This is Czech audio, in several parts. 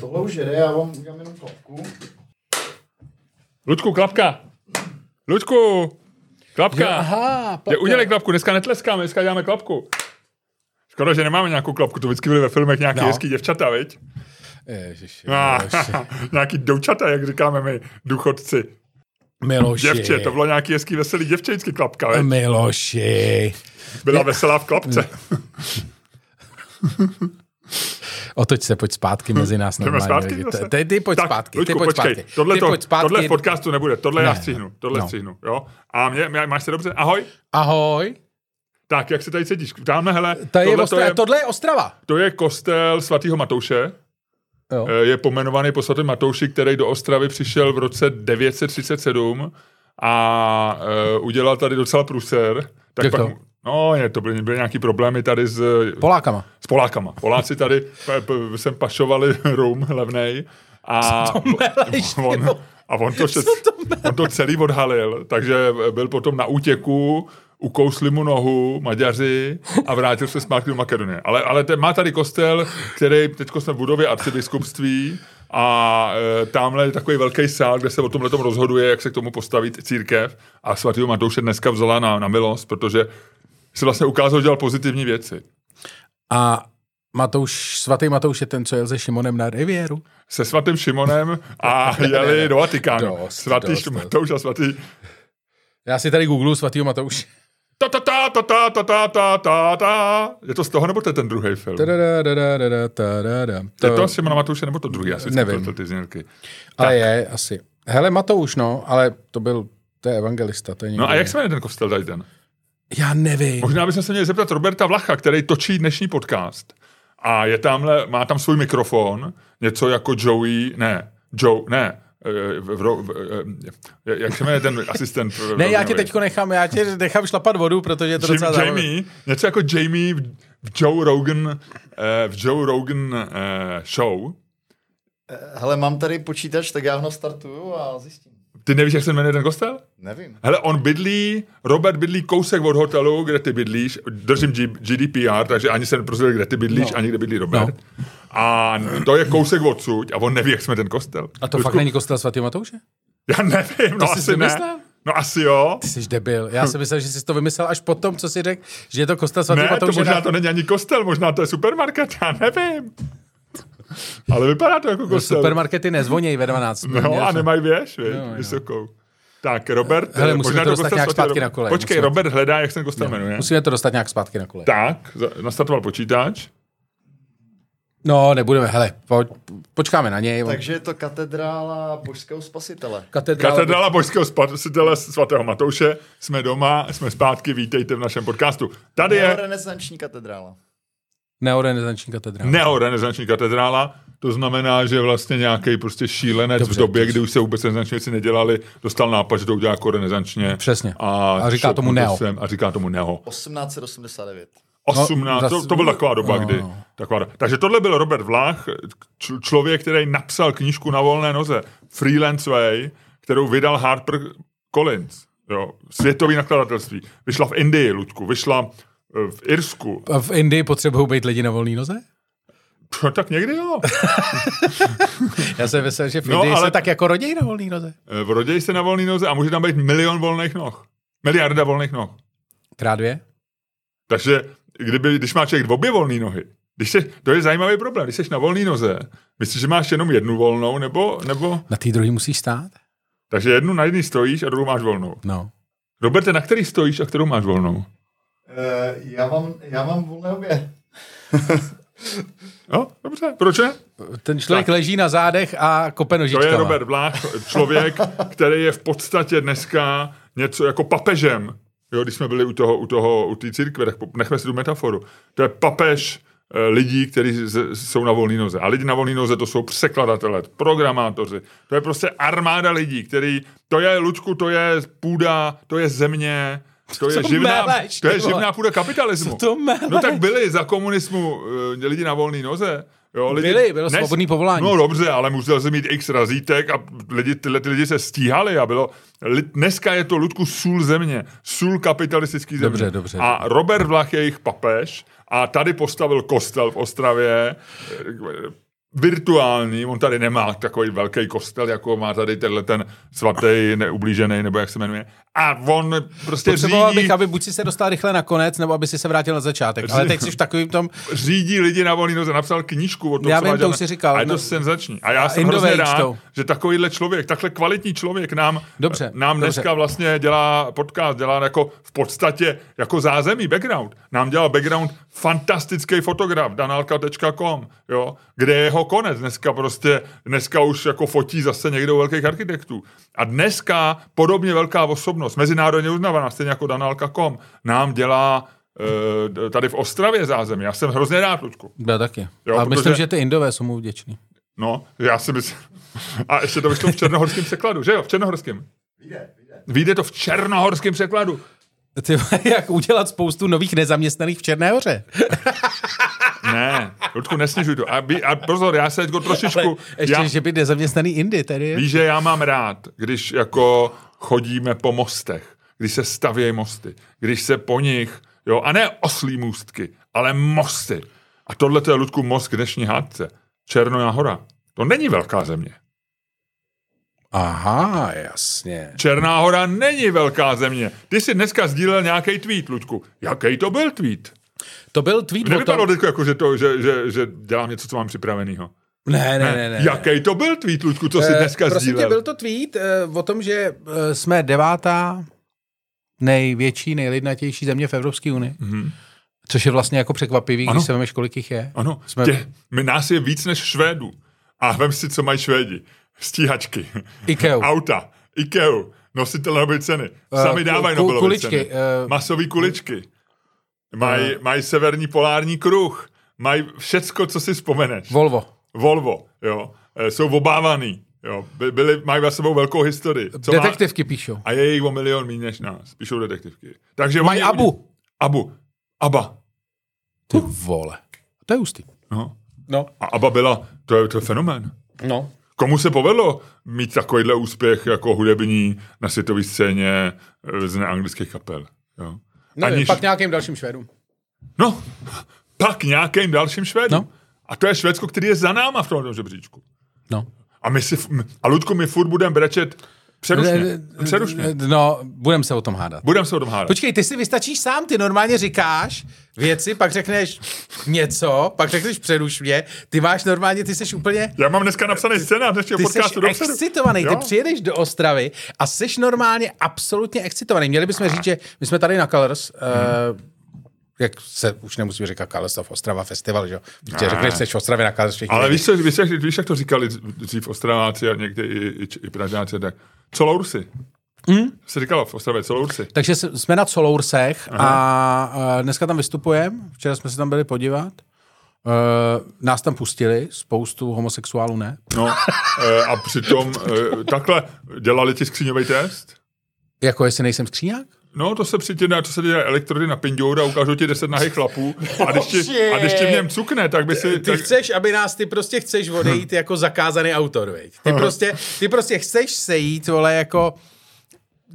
tohle už jede, já vám udělám jenom klapku. Ludku, klapka! Ludku! Klapka! Aha, Je, udělej klapku, dneska netleskáme, dneska děláme klapku. Škoda, že nemáme nějakou klapku, to vždycky byly ve filmech nějaký No. no. hezký děvčata, viď? Ježiši, Ah, Miloši. nějaký doučata, jak říkáme my, důchodci. Miloši. Děvče, to bylo nějaký hezký veselý děvčejský klapka, viď? Miloši. Byla veselá v klapce. No, Otoč se, pojď zpátky mezi nás. Jdeme normálně, zpátky Vigi. zase? Ty, no, ty pojď tak, zpátky, Luďku, ty pojď počkej, zpátky. Tohle, ty to, pojď zpátky. tohle v podcastu nebude, tohle já Ne, stříhnu, tohle no. stříhnu, jo? A mě, mě, máš se dobře? Ahoj. Ahoj. Tak, jak se tady sedíš? Tamhle, hele, Ta je tohle, to, Ostrava, je, tohle je Ostrava. to je kostel svatého Matouše. Jo. Eh, Je pomenovaný po svatém Matouši, který do Ostravy přišel v roce 937 a uh, udělal tady docela pruser. Tak Jak to? mu- No, je, to byly, byly nějaký problémy tady s, Polákama. s Polákama. Poláci tady eh, p- p- sem pašovali rum levnej a meleš, ty on, vole? a on, to šet, to on to celý odhalil, takže eh, byl potom na útěku, ukousli mu nohu Maďaři a vrátil se zpátky do Makedonie. Ale, ale ten, má tady kostel, který teď jsme v budově arcibiskupství a e, tamhle je takový velký sál, kde se o tomhle rozhoduje, jak se k tomu postavit církev a svatýho Matouše dneska vzala na, na milost, protože se vlastně ukázalo, že dělal pozitivní věci. A Matouš, svatý Matouš je ten, co jel se Šimonem na Rivieru. se svatým Šimonem a jeli do Vatikánu. Dost, Svatý dost, Šim- dost. Matouš a svatý... Já si tady googlu svatýho Matouše. Ta, ta, ta, ta, ta, ta, ta, ta, ta, ta. Je to z toho, nebo to je ten druhý film? Tadada, tadada, tadada. Je to z Šimona Matouše, nebo to druhý? Asi Nevím. To, ty znělky. Ale je, asi. Hele, Matouš, no, ale to byl, to je evangelista, to je někdo No a jak jiný. se jmenuje ten kostel tady ten? Já nevím. Možná bychom se měli zeptat Roberta Vlacha, který točí dnešní podcast. A je tamhle, má tam svůj mikrofon, něco jako Joey, ne, Joe, ne, eh, v, v, v, eh, jak se jmenuje ten asistent? Ne, já tě rovinový? teďko nechám, já tě nechám šlapat vodu, protože je to docela Jim, zároveň. Jamie, něco jako Jamie v, v Joe Rogan, eh, v Joe Rogan eh, show. Eh, Hele, mám tady počítač, tak já ho startuju a zjistím. Ty nevíš, jak se jmenuje ten kostel? Nevím. Hele, on bydlí, Robert bydlí kousek od hotelu, kde ty bydlíš, držím G- GDPR, takže ani se neprozvěděl, kde ty bydlíš, no. ani kde bydlí Robert. No. A to je kousek odsud a on neví, jak jsme ten kostel. A to fakt není kostel svatého Matouše? Já nevím, no jsi si asi ne. myslel? No asi jo. Ty jsi debil. Já si myslel, že jsi to vymyslel až po tom, co jsi řekl, že je to kostel svatého Ne, to Matouše. možná na- to není ani kostel, možná to je supermarket, já nevím. Ale vypadá No, to jako kostel. Supermarkety nezvonějí ve 12. No Měl a jsem- no. nemají věž, věď, Jo, jo. vysokou. Tak, Robert... Hele, eh, musíme možná to dostat kostel nějak svatý zpátky Ro- na kolej, Počkej, musíme- Robert hledá, jak se ten kostel jmenuje. Musíme to dostat nějak zpátky na kolej. Tak, za- nastartoval počítač. No, nebudeme, hele, pojď, počkáme na něj. Takže je to katedrála božského spasitele. Katedrála. Katedrála božského spasitele svatého Matouše. Jsme doma, jsme zpátky, vítejte v našem podcastu. Tady je Neorenesanční katedrála. Neorenesanční katedrála. neorenesanční katedrála, to znamená, že vlastně nějaký prostě šílenec Dobře, v době, dobře. kdy už se vůbec renesanční věci nedělali, dostal nápad, že to udělá jako renesančně. Přesně. A, A říká tomu šoupnul to neo. sem A říká tomu neo. 1889. 18, no, to, zas- to byla taková doba, no, no, kdy. no. Taková, doba. takže tohle byl Robert Vlach, č- člověk, který napsal knížku na volné noze, Freelance Way, kterou vydal Harper Collins, jo, světový nakladatelství. Vyšla v Indii, Ludku, vyšla eh, v Irsku. A V Indii potřebují být lidi na volné noze? Pff, No, Tak někdy jo. Já jsem myslel, že v No, Indii no, ale... ale- se tak jako rodí na volné noze. Eh, Vroděj se na volné noze a může tam být milion volných noh. Miliarda volných noh. Krát dvě? Takže kdyby, když má člověk obě volné nohy, když se, to je zajímavý problém, když jsi na volné noze, myslíš, že máš jenom jednu volnou, nebo, nebo Na té druhé musíš stát? Takže jednu na jedný stojíš a druhou máš volnou. No. Roberte, na který stojíš a kterou máš volnou? Eh, já mám, já mám volné obě. Jo, dobře, proč ne? Ten člověk tak. leží na zádech a kope To nožičkama. je Robert Vlách, člověk, který je v podstatě dneska něco jako papežem. Jo, když jsme byli u toho, u toho, u té církve, tak po- nechme si tu metaforu. To je papež eh, lidí, kteří z- jsou na volné noze. A lidi na volné noze to jsou překladatelé, programátoři. To je prostě armáda lidí, který, to je, Ludku, to je půda, to je země, to je Co živná, meleš, to je ty vole? živná půda kapitalismu. Co to meleš? no tak byli za komunismu eh, lidi na volné noze. Jo, lidi, Byli, bylo svobodný povolání. No dobře, ale musel jsem mít x razítek a lidi, tyhle ty lidi se stíhali a bylo... Li, dneska je to, Ludku, sůl země. Sůl kapitalistický země. Dobře, dobře. A Robert Vlach je jejich papež a tady postavil kostel v Ostravě. eh, virtuální, on tady nemá takový velký kostel, jako má tady tenhle ten svatý, neublížený, nebo jak se jmenuje. A on prostě Potřeboval řídí, bych, aby buď si se dostal rychle na konec, nebo aby si se vrátil na začátek. Ale teď jsi v takovým tom, řídí lidi na volný noze, napsal knížku o tom, Já co vím, má to dělat. už jsi říkal. A je to No. senzační. A já jsem Indové hrozně rád, čtou. že takovýhle člověk, takhle kvalitní člověk nám, Dobře, nám dobře. dneska vlastně dělá podcast, dělá jako v podstatě jako zázemí, background. Nám dělal background fantastický fotograf, danalka.com, jo, kde je jeho konec. Dneska prostě, dneska už jako fotí zase někdo u velkých architektů. A dneska podobně velká osobnost, mezinárodně uznávaná, stejně jako danalka.com, nám dělá eh, tady v Ostravě zázemí. Já jsem hrozně rád, Lučku. byl taky. Jo, a myslím, protože- že ty Indové jsou mu vděční. No, já si myslím. A ještě to vyšlo v černohorském překladu, že jo? V černohorském. Vyjde to v černohorském překladu. Ty, vole, jak udělat spoustu nových nezaměstnaných v Černé hoře. Ne, Ludku, nesnižuj to. A, by, a pozor, já se jako trošičku... Ještě, já, já... že by nezaměstnaný Indy tady. je. Víš, že já mám rád, když jako chodíme po mostech, když se stavějí mosty, když se po nich, jo, a ne oslí můstky, ale mosty. A tohle to je, Ludku, most k dnešní hádce. Černá hora. To není velká země. Aha, jasně. Černá hora není velká země. Ty jsi dneska sdílel nějaký tweet, Ludku. Jaký to byl tweet? To byl tweet o Nevypadalo tom... teď jako, že, to, že, že, že dělám něco, co mám připraveného. Ne, ne, ne. ne. Jaký to byl tweet, Ludku, co jsi Eh, dneska Prosím tě, sdílel? byl to tweet eh, o tom, že eh, jsme devátá největší, nejlidnatější země v Evropské unii. Mm-hmm. Což je vlastně jako překvapivý, Mhm. Ano. když se vemeš, kolik jich je. Ano, Jsme- jsme... tě, my nás je víc než Švédů. A vem si, co mají Švédi. Stíhačky. IKEA. Auta. IKEA. Nositele Nobelovy ceny. Eh, Sami ku- dávají ku- Nobelovy kuličky, ceny. eh. Masový kuličky. Mají, mají severní polární kruh. Mají všecko, co si vzpomeneš. Volvo. Volvo, jo, eh, jsou obávaný, jo, By, byli, mají za sebou velkou historii. Co má- Detektivky píšou. A je jich o milion méně než nás, píšou detektivky. Takže Mají oni- Abu. Abu. Aba. Ty vole. To je ústý. No. No. A Aba byla, to je, to je fenomén. No. Komu se povedlo mít takovýhle úspěch jako hudební na světové scéně eh, z neanglických kapel? Jo. Nevím, No, pak nějakým dalším Švédům. no, pak nějakým dalším Švédům. No. No. A to je Švédsko, který je za náma v tomhle žebříčku. No. A my si, f- m- a Ludku, my furt budeme brečet přerušně. Přerušně. Eh, No, budem se o tom hádat. Budeme se o tom hádat. Počkej, ty si vystačíš sám, ty normálně říkáš věci, pak řekneš něco, pak řekneš přeruš mě, ty máš normálně, ty jsi úplně... Já mám dneska napsaný scénář dnešního Ty jsi podcastu dopředu. excitovaný, ty Jo? přijedeš do Ostravy a jsi normálně absolutně excitovaný. Měli bychom říct, že my jsme tady na Colors, eh, jak se už nemusíme říkat Colors of Ostrava Festival, že jo? Tě řekneš, jsi v Ostravě na Colors všichni. Ale vědí. víš, co, víš, jak, víš, jak to říkali dřív Ostraváci a někdy i, i, i Pražáci, a tak Coloursi. Hmm? Hm? Se říkalo v Ostravě Coloursi. Takže s- jsme na Coloursech a eh, dneska tam vystupujeme. Včera jsme se tam byli podívat. Eh, Nás tam pustili, spoustu homosexuálů ne. No, eh, a přitom eh, takhle dělali ti skříňový test. Jako jestli nejsem skříňák? No, to se přitě dá, to se dělá elektrody na pindoura, ukážou ti 10 nahých chlapů a když ti, a když ti v něm cukne, tak by si... Ty Tak, chceš, aby nás, ty prostě chceš odejít jako zakázaný autor, veď. Hm. Ty prostě, ty prostě chceš sejít, vole, jako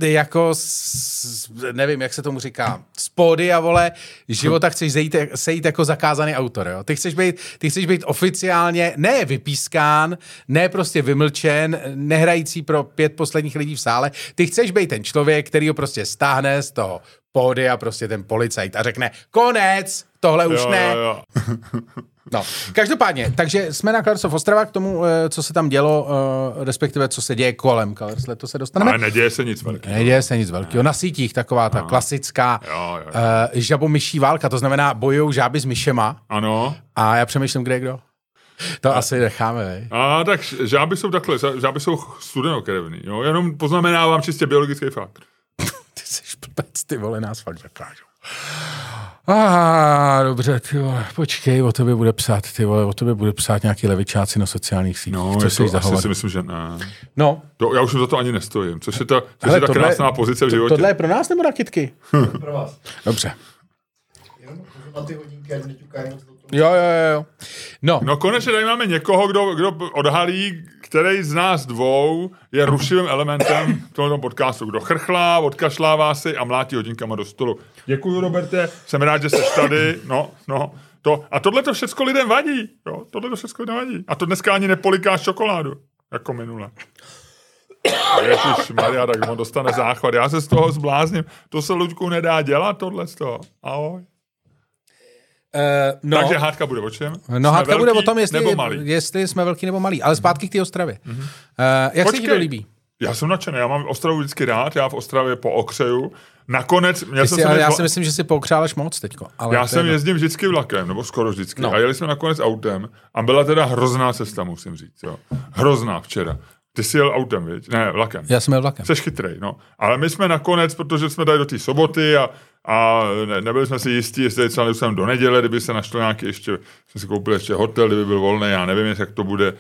jako, s, nevím, jak se tomu říká, z pódia, vole, života chceš zejít, sejít jako zakázaný autor, jo? Ty chceš být, ty chceš být oficiálně, ne vypískán, ne prostě vymlčen, nehrající pro pět posledních lidí v sále, ty chceš být ten člověk, který ho prostě stáhne z toho pódia, prostě ten policajt a řekne, konec, tohle už jo, ne, jo, jo. No, každopádně, takže jsme na Colors of Ostrava k tomu, eh, co se tam dělo, eh, respektive co se děje kolem Colors, to se dostaneme. Ale neděje se nic velkého. Neděje se nic velkého. Na sítích taková ta klasická Jo, jo, jo. eh, žabomyší válka, to znamená bojují žáby s myšema Ano. a já přemýšlím, kde je kdo. To asi necháme, vej. A tak žáby jsou takhle, žáby jsou studenokrevný, jo? Jenom poznamenávám čistě biologický fakt. Ty jsi blbec, ty vole, nás fakt zakážou. A ah, dobře, ty vole, počkej, o tobě bude psát, ty vole, o tobě bude psát nějaký levičáci na sociálních sítích, No, co jsi jako, asi zahovat. si myslím, že ne. No, To, já už za to ani nestojím, což je ta, což Hele, je ta tohle- krásná pozice v životě. tohle je pro nás nebo na kitky? Pro vás. Dobře. Jenom na ty hodinky, ať neťukají moc do toho. Jo, jo, jo, jo. No, no. No konečně tady máme někoho, kdo, kdo odhalí, který z nás dvou je rušivým elementem tohoto podcastu. Kdo chrchlá, odkašlává si a mlátí hodinkama do stolu. Děkuji, Roberte, jsem rád, že jsi tady. No, no, To, a tohle to všechno lidem vadí. Jo? Tohle to všechno lidem vadí. A to dneska ani nepolikáš čokoládu. Jako minule. Ježíš, Maria, tak on dostane záchvat. Já se z toho zblázním. To se Luďku nedá dělat, tohle z toho. Ahoj. Uh, no, No. Takže hádka bude o čem? Jsme no hádka bude velký o tom, jestli, Nebo malý. Mhm. jestli jsme velký nebo malý. Ale zpátky k té Ostravě. Mm-hmm. Uh, jak se ti to Počkej. líbí? Já jsem nadšený, já mám Ostravu vždycky rád, já v Ostravě pookřeju. Nakonec, měl Ty jsem jsi, se ale dnes- já si myslím, že si pokřál až moc teďko. Ale Já to jsem je- jezdil vždycky vlakem, nebo skoro vždycky. No. No. A jeli jsme nakonec autem. A byla teda hrozná cesta, musím říct. Jo. Hrozná včera. Ty jsi jel autem, viď? Ne, vlakem. já jsem jel vlakem. Jsi chytrej, no. Ale my jsme nakonec, protože jsme tady do té soboty a, a ne, nebyli jsme si jistí, jestli třeba jsem do neděle, kdyby se našlo nějaký ještě, jsme si koupili ještě hotel, kdyby byl volný, já nevím, jak to bude.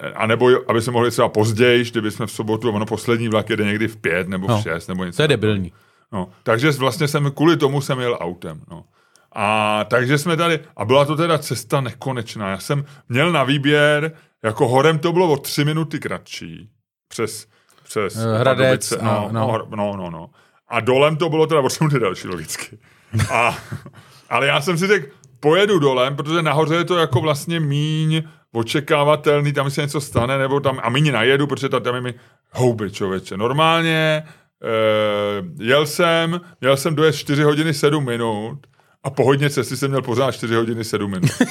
Eh, A nebo jo, aby se mohli třeba později, kdyby jsme v sobotu, ono poslední vlak jede někdy v pět nebo v No. šest nebo něco. To je debilní. No, takže vlastně jsem, kvůli tomu jsem jel autem. No. A takže jsme tady, a byla to teda cesta nekonečná. Já jsem měl na výběr, jako horem to bylo o tři minuty kratší. Přes, přes Eh, Hradec Pardubice, a- no, no. no. hor- no, no, no. A dolem to bylo teda o tři minuty další logicky. A, ale já jsem si řekl, pojedu dolem, protože nahoře je to jako vlastně míň očekávatelný, tam se něco stane, nebo tam, a míň najedu, protože ta- tam je mi houby, člověče. Normálně eh, jel jsem, jel jsem dojet 4 hodiny 7 minut a po hodně cesty jsem měl pořád 4 hodiny 7 minut. No.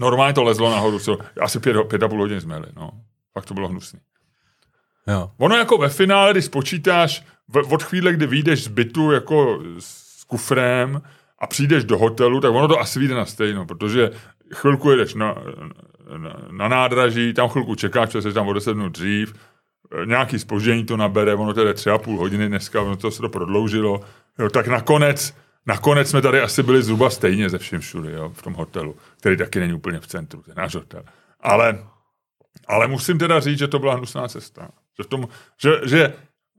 Normálně to lezlo nahoru, co, asi pět, pět a půl hodin jsme jeli, no. Fakt to bylo hnusný. Jo. Ono jako ve finále, když spočítáš v, od chvíle, kdy vyjdeš z bytu jako s kufrem a přijdeš do hotelu, tak ono to asi vyjde na stejno, protože chvilku jedeš na, na, na nádraží, tam chvilku čekáš, protože jsi tam o 10 minut dřív, eh, nějaký spoždění to nabere, ono tedy tři a půl hodiny dneska, ono to se to prodloužilo, jo, tak nakonec, nakonec jsme tady asi byli zhruba stejně ze všem všude, jo, v tom hotelu, který taky není úplně v centru, ten náš hotel. Ale ale musím teda říct, že to byla hnusná cesta. Že, v tom, že, že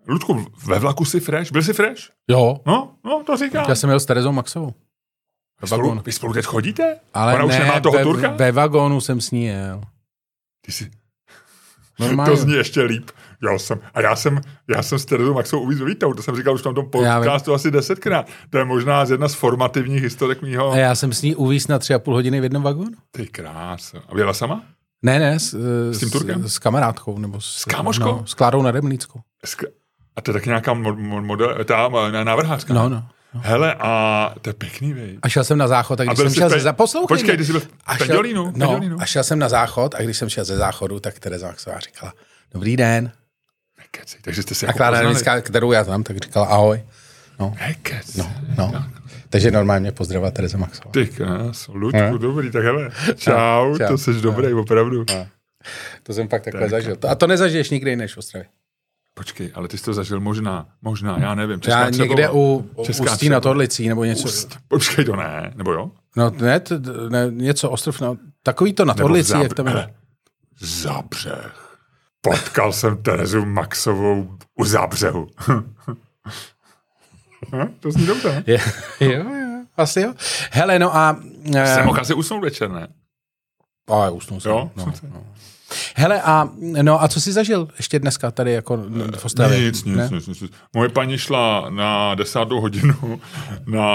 Ludku, ve vlaku jsi fresh? Byl jsi fresh? jo. No, no, to říkám. Já jsem jel s Terezou Maxovou. vy, vagon. spolu, vy spolu teď chodíte? Ale Ona ne, už nemá toho ve, Turka? ve vagónu jsem s ní jel. Ty jsi, Normálně. to zní ještě líp. Já jsem, a já jsem, já jsem s Terezou Maxou uvízl vítou, to jsem říkal už tam tom Já vím. podcastu asi desetkrát. To je možná z jedna z formativních historek mýho. A já jsem s ní uvíz na tři a půl hodiny v jednom vagónu. Ty krása. A byla sama? Ne, ne, s, eh, S tím Turkem? S, s kamarádkou, nebo s, s kámoškou? No, s Klárou Nademnickou. Sk- A to je tak nějaká mo- mo- model, ta eh, návrhářka. No, no. Hele, a to je pěkný, vej. A šel jsem na záchod, a když byl jsem jsi šel v Pe- ze záchodu... Počkej, ty jsi byl v Pendolínu, No, Pendolínu. a šel jsem na záchod, a když jsem šel ze záchodu, tak Tereza Maxová říkala, dobrý den. Nekecej. Takže jste se A jako Klára poznali. Nademnická, kterou já znám, tak říkala ahoj. Hekec. No. Takže normálně pozdravila Tereza Maxová. Ty krás, Ludku, dobrý, tak hele, čau, čau. to jsi dobrý, opravdu. To jsem fakt takhle zažil. To- A to nezažiješ nikde jiný než v Ostravě. Počkej, ale ty jsi to zažil možná, možná, já nevím. Česká Já Třebová. někde u, u Česká Ústí Třebová. na Torlicí nebo něco. Ust. Počkej, to ne, nebo jo? No ne, t, ne, něco ostrov, no, takový to na Nebo Torlicí, Zábřeh. jak tam je. Hele, Zábřeh. Potkal jsem Terezu Maxovou u Zábřehu. Hm, to zní dobře. ne? Je- jo, jo, asi jo. Hele, no a... Jsem eh, mohl asi usnout večer, ne? a usnul jsem. Jo? No, no. Hele, a, no, a co jsi zažil ještě dneska tady jako n- v Ostravě? Nic, nic, Ne? nic, nic, nic. Moje paní šla na desátou hodinu na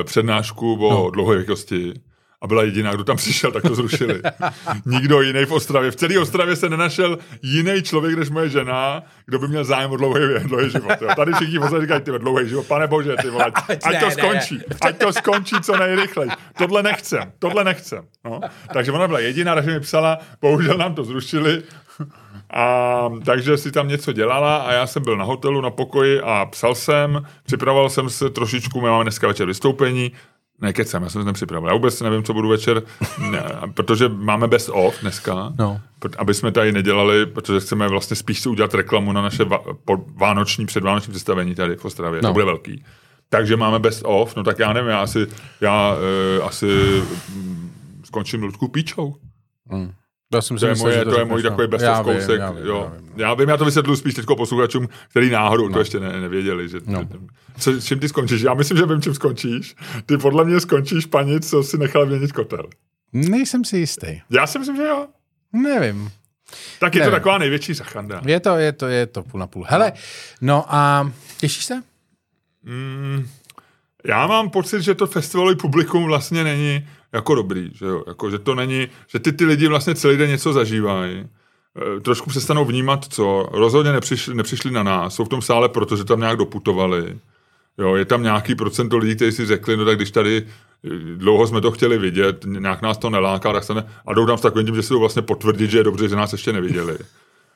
eh, přednášku o no. dlouhověkosti a byla jediná, kdo tam přišel, tak to zrušili. Nikdo jiný v Ostravě. V celé Ostravě se nenašel jiný člověk než moje žena, kdo by měl zájem o dlouhý, dlouhý život. Jo. Tady všichni pořád říkají, ty vole, dlouhý život, pane bože, ty vole, ať, ne, ať ne, to ne. skončí, ať to skončí co nejrychleji. Tohle nechcem, tohle nechcem. No. Takže ona byla jediná, takže mi psala, bohužel nám to zrušili, a takže si tam něco dělala a já jsem byl na hotelu na pokoji a psal jsem, připravoval jsem se trošičku, my máme dneska večer vystoupení, ne, kecám, já jsem se nepřipravil. Já vůbec nevím, co budu večer, ne, protože máme best off dneska, No. pr- aby jsme tady nedělali, protože chceme vlastně spíš si udělat reklamu na naše va- po- vánoční, předvánoční představení tady v Ostravě. No. No. To bude velký. Takže máme best off, no tak já nevím, já asi, já, uh, asi mm, skončím Ludku píčou. Já jsem si To je, myslel, moje, že to je řekneš, můj no. takový best Já of vím, kousek. já vím, jo. já vím. no. Já vím, já to vysvětluji spíš teď posluchačům, který náhodou to ještě ne, nevěděli. Že, no. co, čím ty skončíš? Já myslím, že vím, čím skončíš. Ty podle mě skončíš paní, co si nechal měnit kotel. Nejsem si jistý. Já si myslím, že jo. Nevím. Tak je Nevím. to taková největší zachanda. Je to, je to, je to půl na půl. Hele, no a těšíš se? Já mám pocit, že to festivalový publikum vlastně není jako dobrý, že jo, jako, že to není, že ty ty lidi vlastně celý den něco zažívají, Eh, trošku přestanou vnímat, co, rozhodně nepřišli, nepřišli na nás, jsou v tom sále, protože tam nějak doputovali, jo, je tam nějaký procento lidí, kteří si řekli, no tak když tady eh, dlouho jsme to chtěli vidět, nějak nás to neláká, tak se ne... a jdou tam s takovým tím, že si jdou vlastně potvrdit, že je dobře, že nás ještě neviděli,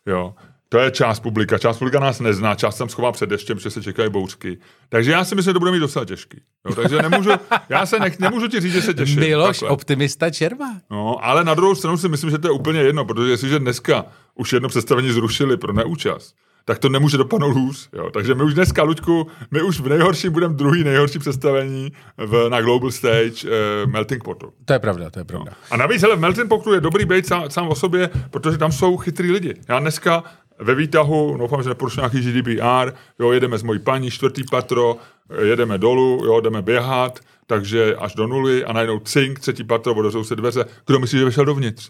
jo. To je část publika. Část publika nás nezná, část tam schová před deštěm, protože se čekají bouřky. Takže já si myslím, že to bude mít docela těžký. Jo, takže nemůžu, já se nech, nemůžu ti říct, že se těším. Miloš, Takhle. optimista Čermák. No, ale na druhou stranu si myslím, že to je úplně jedno, protože jestliže dneska už jedno představení zrušili pro neúčast, tak to nemůže dopadnout hůř. Jo. Takže my už dneska, Luďku, my už v nejhorší budeme druhý nejhorší představení v, na Global Stage eh, Melting Potu. To je pravda, to je pravda. A navíc, hele, v Melting Potu je dobrý být sám, sám o sobě, protože tam jsou chytrý lidi. Já dneska ve výtahu, doufám, že neporušu nějaký GDPR, jo, jedeme s mojí paní, čtvrtý patro, jedeme dolů, jo, jdeme běhat, takže až do nuly a najednou cink, třetí patro, odevřou se dveře. Kdo myslí, že vešel dovnitř?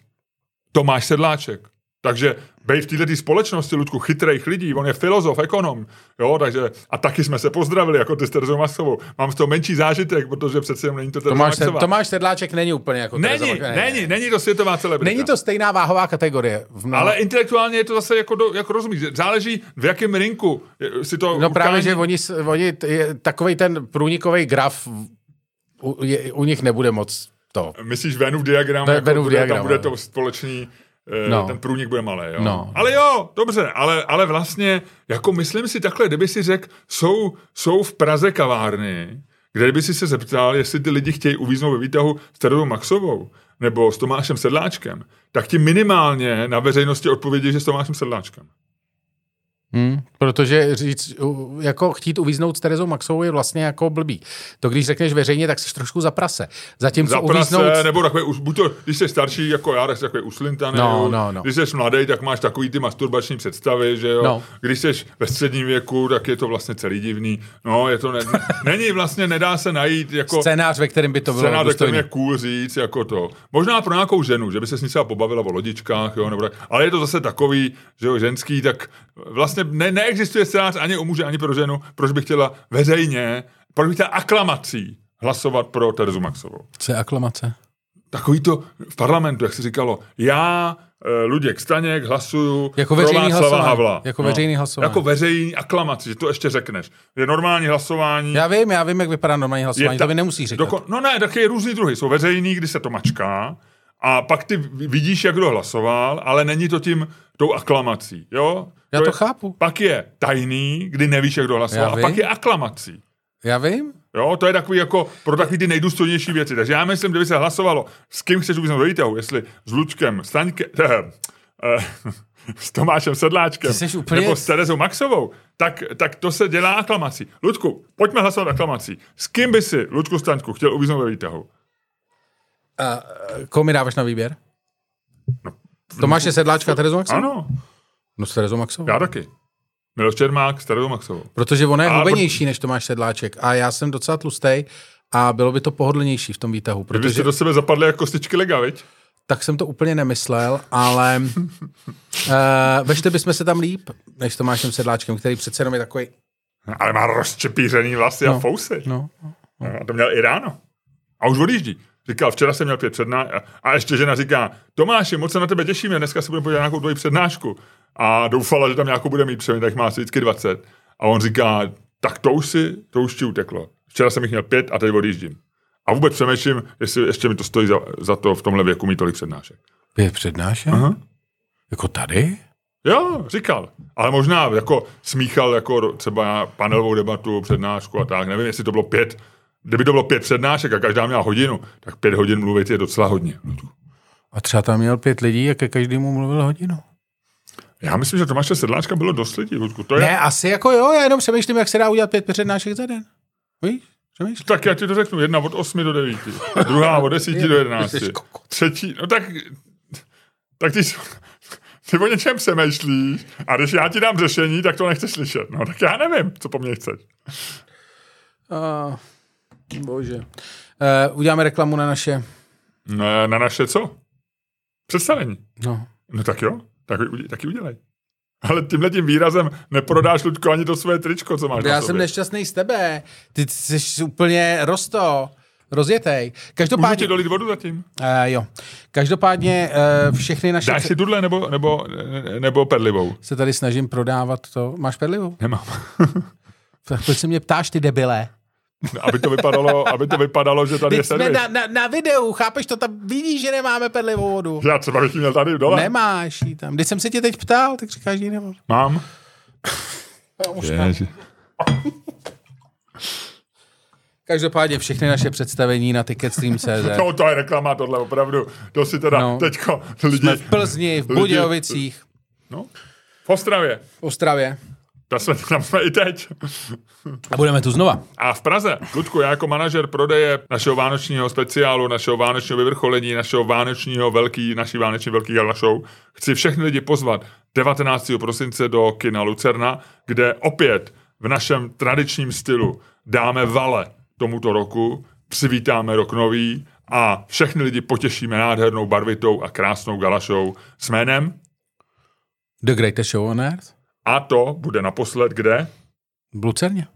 Tomáš Sedláček. Takže bej v této společnosti, Ludku, chytrých lidí, on je filozof, ekonom, jo, takže, a taky jsme se pozdravili, jako ty s Terezou Masovou. Mám z toho menší zážitek, protože přece jenom není to Tereza Tomáš, Maxová. Tomáš Sedláček není úplně jako Tereza Není, Maxová, ne, ne. není, není to světová celebrita. Není to stejná váhová kategorie. V mnoha... Ale intelektuálně je to zase jako, do, jako rozumíš, že záleží v jakém rinku je- si to No utkání- právě, že oni, s- oni t- je, takový ten průnikový graf u, je, u nich nebude moc to. Myslíš Venův diagram, Ve- jako Venův bude, diagram, tam bude ano. to společný, eh, No. ten průnik bude malý, jo. No. Ale jo, dobře, ale, ale vlastně, jako myslím si takhle, kdyby si řekl, jsou, jsou v Praze kavárny, kde by si se zeptal, jestli ty lidi chtějí uvíznout ve výtahu s Terezou Maxovou nebo s Tomášem Sedláčkem, tak ti minimálně na veřejnosti odpovědí, že s Tomášem Sedláčkem. Hmm. Protože říct, u- jako chtít uvíznout s Terezou Maxovou je vlastně jako blbý. To když řekneš veřejně, tak jsi trošku za prase. Zatímco Za uvíznout... prase, nebo takový, už- buď to, když jsi starší jako já, tak jsi takový uslintaný, No, jo. no, no. když jsi mladý, tak máš takový ty masturbační představy, že jo, No. když jsi ve středním věku, tak je to vlastně celý divný, no, je to, ne, není vlastně, nedá se najít jako Scénář, ve kterém by to bylo scénář, který no, důstojný. je cool říct, jako to. Možná pro nějakou ženu, že by se s ní třeba pobavila o lodičkách, jo, nebo tak, ale je to zase takový, že jo, ženský, tak vlastně ne, neexistuje scénář ani u muže, ani pro ženu, proč by chtěla veřejně, proč by chtěla aklamací hlasovat pro Terezu Maxovou Co je aklamace? takový to v parlamentu, jak se říkalo, já, eh, Luděk Staněk, hlasuju Jako pro veřejný Václava hlasování. Havla. Jako veřejný hlasování. Jako veřejný aklamaci, že to ještě řekneš. Je normální hlasování. Já vím, já vím, jak vypadá normální hlasování, ta- to mi nemusí říkat. Doko- no ne, taky je různý druhy. Jsou veřejný, kdy se to mačká a pak ty vidíš, jak kdo hlasoval, ale není to tím tou aklamací, jo? Já to je, chápu. Pak je tajný, kdy nevíš, jak kdo hlasoval, Já a vím. pak je aklamací. Já vím. Jo, to je takový jako pro takový ty nejdůstojnější věci. Takže já myslím, kdyby se hlasovalo, s kým chceš uvíznout do výtahu, jestli s Lučkem, Staňkem, eh, eh, s Tomášem Sedláčkem, Ty jsi úplně- nebo s Terezou Maxovou, tak, tak to se dělá aklamací. Ludku, pojďme hlasovat aklamací. S kým by si, Ludku Staňku, chtěl uvíznout ve výtahu? Koho mi dáváš na výběr? Tomáše Sedláčka, Terezu Maxovou? Ano, No s Terezou Maxovou. já taky. Miloš Čermák s Terezou Maxovou. Protože ona je Ale hubenější než Tomáš Sedláček a já jsem docela tlustej a bylo by to pohodlnější v tom výtahu, Kdybyste protože do sebe zapadli jako kostičky lega, viď? tak jsem to úplně nemyslel, ale uh, vešli bychom se tam líp než s Tomášem Sedláčkem, který přece jenom je takový, Ale má rozčepířený vlasy no. a fousy. no, No, a to měl i ráno. A už odjíždí. Říkal, včera jsem měl pět přednášek. A ještě žena říká, Tomáši, moc se na tebe těšíme, dneska si budeme podívat nějakou tvoji přednášku. A doufala, že tam nějakou bude mít, protože tak má asi vždycky 20. A on říká, tak to už si, to už ti uteklo. Včera jsem jich měl pět a teď odjíždím. A vůbec přemýšlím, jestli ještě mi to stojí za, za to v tomhle věku mít tolik přednášek. je přednášen? Aha. Jako tady? Jo, říkal. Ale možná jako smíchal jako do- třeba panelovou debatu, přednášku a tak. Nevím, jestli to bylo pět. Kdyby to bylo pět přednášek a každá měla hodinu, tak pět hodin mluvit je docela hodně. A třeba tam měl pět lidí a ke každému mluvil hodinu. Já myslím, že Tomáše Sedláčka bylo dost lidí, Ludku. To je, Ne, asi jako jo, já jenom přemýšlím, jak se dá udělat pět přednášek za den. Víš? Přemýšlím. Tak já ti to řeknu, jedna od 8 do 9, druhá od 10 do 11, Jsi kokot. třetí, no tak, tak ty, jsi- ty o něčem přemýšlíš a když já ti dám řešení, tak to nechceš slyšet. No tak já nevím, co po mně chceš. Uh, bože. Uh, uděláme reklamu na naše, Na, na naše co? Představení. no, No tak jo, tak, taky udělej. Ale tímhle tím výrazem neprodáš, Ludko, ani to své tričko, co máš na Já sobě. jsem nešťastný z tebe. Ty jsi úplně rosto. Rozjetej. Můžu ti Každopádně... dolít vodu zatím? Uh, jo. Každopádně uh, všechny naše... Dáš si dudle nebo, nebo, nebo perlivou? Se tady snažím prodávat to. Máš perlivu? Nemám. Tak proč se mě ptáš, ty debile? aby, to vypadalo, aby to vypadalo, že tady je Teď jsme servis. na, na, na videu, chápeš to? Tam vidíš, že nemáme perlivou vodu. Já třeba bych ji měl tady dole. Nemáš ji tam. Když jsem se tě teď ptal, tak říkáš, že ji nemám. Mám. Ježi. Každopádně všechny naše představení na ticketstream.cz. No, to je reklama, tohle opravdu. To si teda No. no. teďko lidi... Jsme v Plzni, v lidi- Budějovicích, No. V Ostravě. v Ostravě. To jsme, tam jsme i teď. A budeme tu znova. A v Praze, Ludku, já jako manažer prodeje našeho vánočního speciálu, našeho vánočního vyvrcholení, našeho vánočního velký, naší vánoční velký gala show, chci všechny lidi pozvat 19. prosince do kina Lucerna, kde opět v našem tradičním stylu dáme vale tomuto roku, přivítáme rok nový a všechny lidi potěšíme nádhernou barvitou a krásnou gala show s jménem The Greatest Show on Earth. a to bude naposled kde V Lucerně.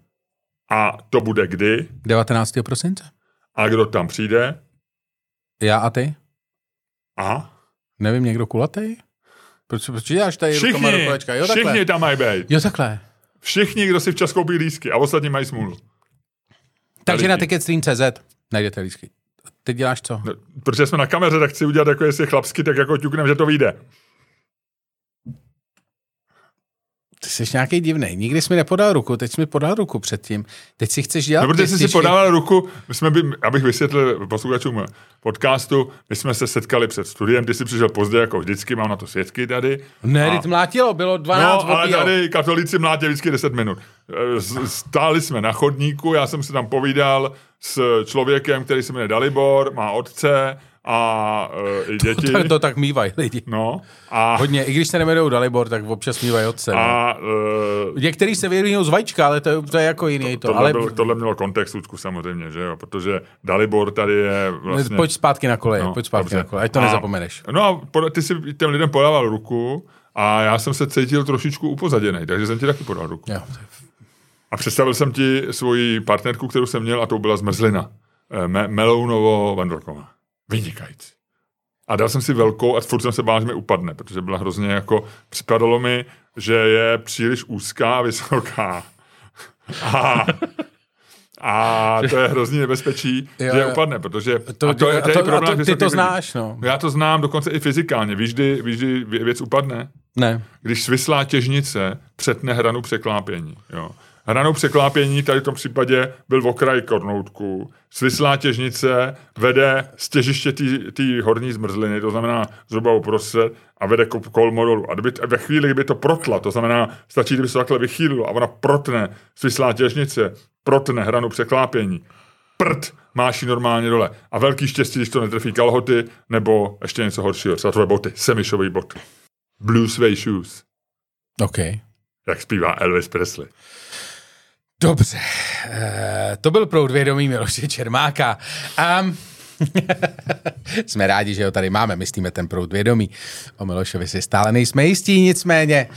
a to bude kdy 19. prosince. a kdo tam přijde Já a ty? a Nevím, někdo kulatý? Proč, proč děláš tady rukama do Všichni, kolečka? Jo, takhle. všichni tam mají být. Jo, takhle. Všichni, kdo si včas koupí lísky a ostatní mají smůlu. Takže Veliký. na ticketstream.cz najdete lísky. Ty děláš co? No, Protože jsme na kameře, tak chci udělat jako jestli chlapsky, tak jako ťuknem, že to vyjde. Ty jsi nějaký divný. Nikdy jsi mi nepodal ruku, teď jsi mi podal ruku předtím. Teď si chceš dělat No, protože jsi si pestičky. podával ruku, my jsme by, abych vysvětlil posluchačům podcastu, my jsme se setkali před studiem, ty jsi přišel pozdě, jako vždycky, mám na to svědky tady. Ne, teď mlátilo, bylo 12 No, ale odbíjel. tady katolíci mlátě vždycky 10 minut. Eh, s- Stáli jsme na chodníku, já jsem si tam povídal s člověkem, který se jmenuje Dalibor, má otce a eh, i děti. To, to tak mývají lidi. No, a, Hodně, i když se nemenou Dalibor, tak občas mývají otce. A... a eh, Některý se věnují z vajíčka, ale to, je- to je jako jiný to. to Tohle, ale ale... bylo, tohle mělo kontext, Ludku, samozřejmě, že jo? Protože Dalibor tady je vlastně... pojď zpátky na koleje, no, no, pojď zpátky dobře. na koleje, ať to a... A- nezapomeneš. No a poda- ty si těm lidem podával ruku a já jsem se cítil trošičku upozaděný, takže jsem ti taky podal ruku. Jo. A představil jsem ti svoji partnerku, kterou jsem měl, a tou byla zmrzlina. Eh, Me- Melounovo Vandorková. Vynikající. A dal jsem si velkou a furt jsem se bál, že mi upadne, protože byla hrozně jako, připadalo mi, že je příliš úzká a vysoká. A, a to je hrozně nebezpečí, Jo, že jo. upadne, protože To, a to, je, to, je a to, problém a to, ty vysokých to lidí. znáš, no. Já to znám dokonce i fyzikálně. Víš, kdy, víš, kdy vě- věc upadne? Ne. když svislá těžnice přetne hranu překlápění. Jo. Hranou překlápění tady v tom případě byl v okraji kornoutku. Svislá těžnice vede z těžiště té horní zmrzliny, to znamená zhruba uprostřed, a vede k kolmodolu. A kdyby, t- ve chvíli, kdyby to protla, to znamená, stačí, kdyby se to takhle vychýlilo a ona protne, svislá těžnice protne hranu překlápění. Prd, máš ji normálně dole. A velký štěstí, když to netrefí kalhoty, nebo ještě něco horšího, třeba tvoje boty, semišový bot. Blue Sway Shoes OK. jak zpívá Elvis Presley. Dobře. Eh, to byl proud vědomí Miloše Čermáka. Um, jsme rádi, že ho tady máme, myslíme ten proud vědomí. O Milošovi si stále nejsme jistí, nicméně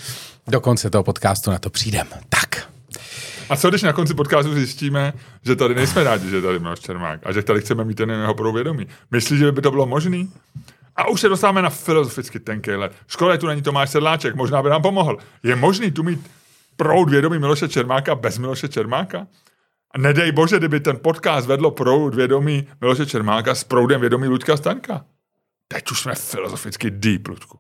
do konce toho podcastu na to přijdem. Tak. A co když na konci podcastu zjistíme, že tady nejsme rádi, že je tady Miloš Čermák a že tady chceme mít ten jeho průvědomí? Myslíš, že by to bylo možné? A už se dostáváme na filozoficky tenkej let. Škoda, že tu není Tomáš Sedláček, možná by nám pomohl. Je možný tu mít proud vědomí Miloše Čermáka bez Miloše Čermáka? A nedej bože, kdyby ten podcast vedlo proud vědomí Miloše Čermáka s proudem vědomí Luďka Stanka. Teď už jsme filozoficky deep, Ludku.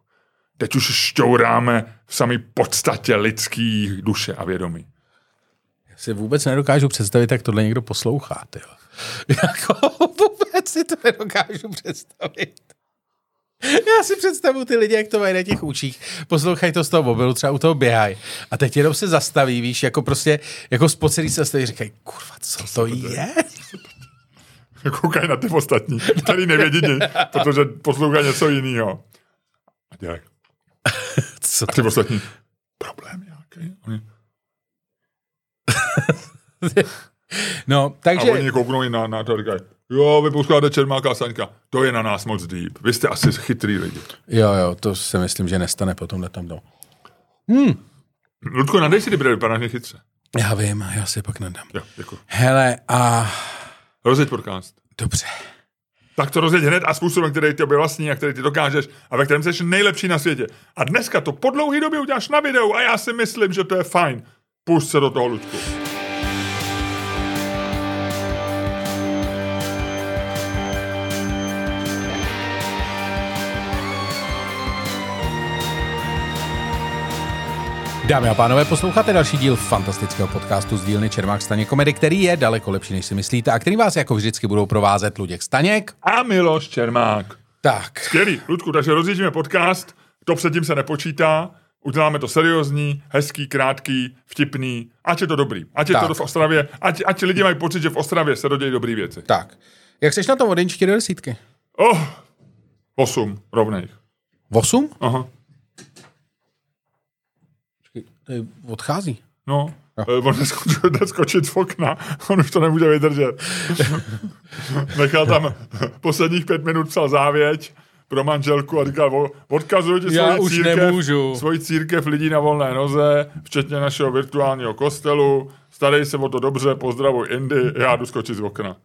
Teď už šťouráme v samé podstatě lidský duše a vědomí. si vůbec nedokážu představit, jak tohle někdo poslouchá, tyjo. Jako vůbec si to nedokážu představit. Já si představu ty lidi, jak to mají na těch učích. Poslouchají to z toho mobilu, třeba u toho běhají. A teď jenom se zastaví, víš, jako prostě, jako spocený se zastaví, říkají, kurva, co to je? Koukaj na ty ostatní, který nevědí nic, protože poslouchá něco jiného. A dělej. Co A ty ostatní, problém nějaký. Oni, No, a takže... oni kouknou i na, na to a říkají, jo, vy posloucháte Čermáka a Saňka, to je na nás moc deep. Vy jste asi chytrý lidi. Jo, jo, to si myslím, že nestane potom na tam dom. Ludko, nadej si ty brady, vypadáš mě chytře. Já vím, já si je pak nadám. Jo, děkuji. Hele, a Rozjeď podcast. dobře. Tak to rozjeď hned a způsobem, který ty vlastní a který ty dokážeš a ve kterém jsi nejlepší na světě. A dneska to po dlouhý době uděláš na videu a já si myslím, že to je fajn. Pust se do toho, Ludku. Dámy a pánové, posloucháte další díl fantastického podcastu z dílny Čermák Staněk Komedy, který je daleko lepší, než si myslíte a který vás jako vždycky budou provázet Luděk Staněk. A Miloš Čermák. Tak, Skvělý, Ludku, takže rozjíždíme podcast, to předtím se nepočítá, uděláme to seriózní, hezký, krátký, vtipný, ať je to dobrý, ať je Tak. to v Ostravě, ať, ať lidi mají pocit, že v Ostravě se dodějí dobrý věci. tak. Jak seš na tom od jedničky do desítky? Oh, osm rovných. Osm? Aha, Tady Odchází. no. Eh, On neskočil skočit z okna, on už to nemůže vydržet. Nechal tam posledních pět minut psal závěť pro manželku a říkal, "O- odkazuju ti Já svoji už církev, nemůžu." svoji církev lidí na volné noze, včetně našeho virtuálního kostelu, starej se o to dobře, pozdravuj Indy, já jdu skočit z okna.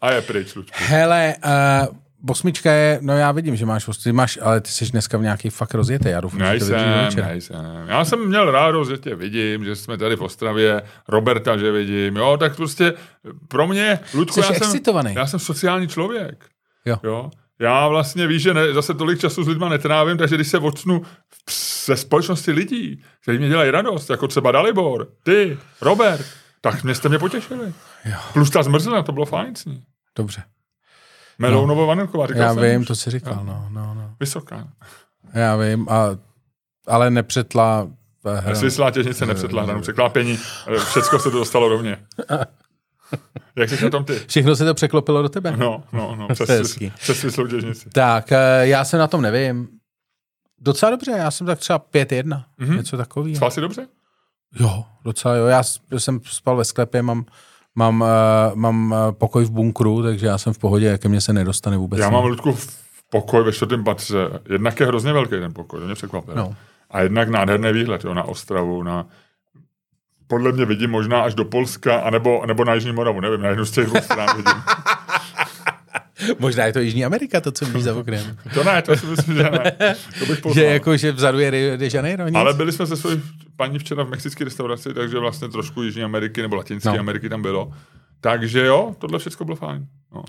A je pryč, Lučku. Hele, uh, osmička je, no já vidím, že máš, os- ty máš, ale ty jsi dneska v nějaký fakt rozjetý, já doufám, že to vydrží do Nejsem, večera. nejsem. Já jsem měl rádo, že tě vidím, že jsme tady v Ostravě, Roberta, že vidím, jo, tak prostě pro mě, Ludku, Jsi já jsem, excitovaný. já jsem sociální člověk. Jo. Jo? Já vlastně víš, že ne, zase tolik času s lidma netrávím, takže když se odsnu v- ze společnosti lidí, kteří mě dělají radost, jako třeba Dalibor, ty, Robert, tak mě jste mě potěšili. Jo. Plus ta zmrzlina, to bylo fajn s ní. Dobře, Melounovou no. vanilková, říkal já jsem vím, už. to jsi říkal, no, no, no. Vysoká. Já vím, a, ale nepřetla eh, No. hra. Svislá těžnice nepřetla hranu překlápění, eh, všecko se to dostalo do mě. Jak jsi na tom ty? Všechno se to překlopilo do tebe. No, no, no, přes, To je svis- hezký. přes svislou těžnici. Tak, eh, já se na tom nevím. Docela dobře, já jsem tak třeba 5-1, Mhm. mm-hmm. něco takového. Spal jsi dobře? Jo, docela jo. Já s- jsem spal ve sklepě, mám, mám, uh, mám eh, pokoj v bunkru, takže já jsem v pohodě, ke mně se nedostane vůbec. Já nic. mám Ludku v pokoj ve čtvrtém patře. Jednak je hrozně velký ten pokoj, to mě překvapilo. No. A jednak nádherný výhled jo, na Ostravu, na podle mě vidím možná až do Polska, anebo, anebo na Jižní Moravu, nevím, na jednu z těch dvou stran vidím. Možná je to Jižní Amerika, to, co vidíš za oknem. To ne, to si myslím, že ne. To bych že poznal. jako, že vzadu je Rio de Janeiro, nic. Ale byli jsme se svojí paní včera v mexické restauraci, takže vlastně trošku Jižní Ameriky nebo Latinské No. no. Ameriky tam bylo. Takže jo, tohle všechno bylo fajn. No.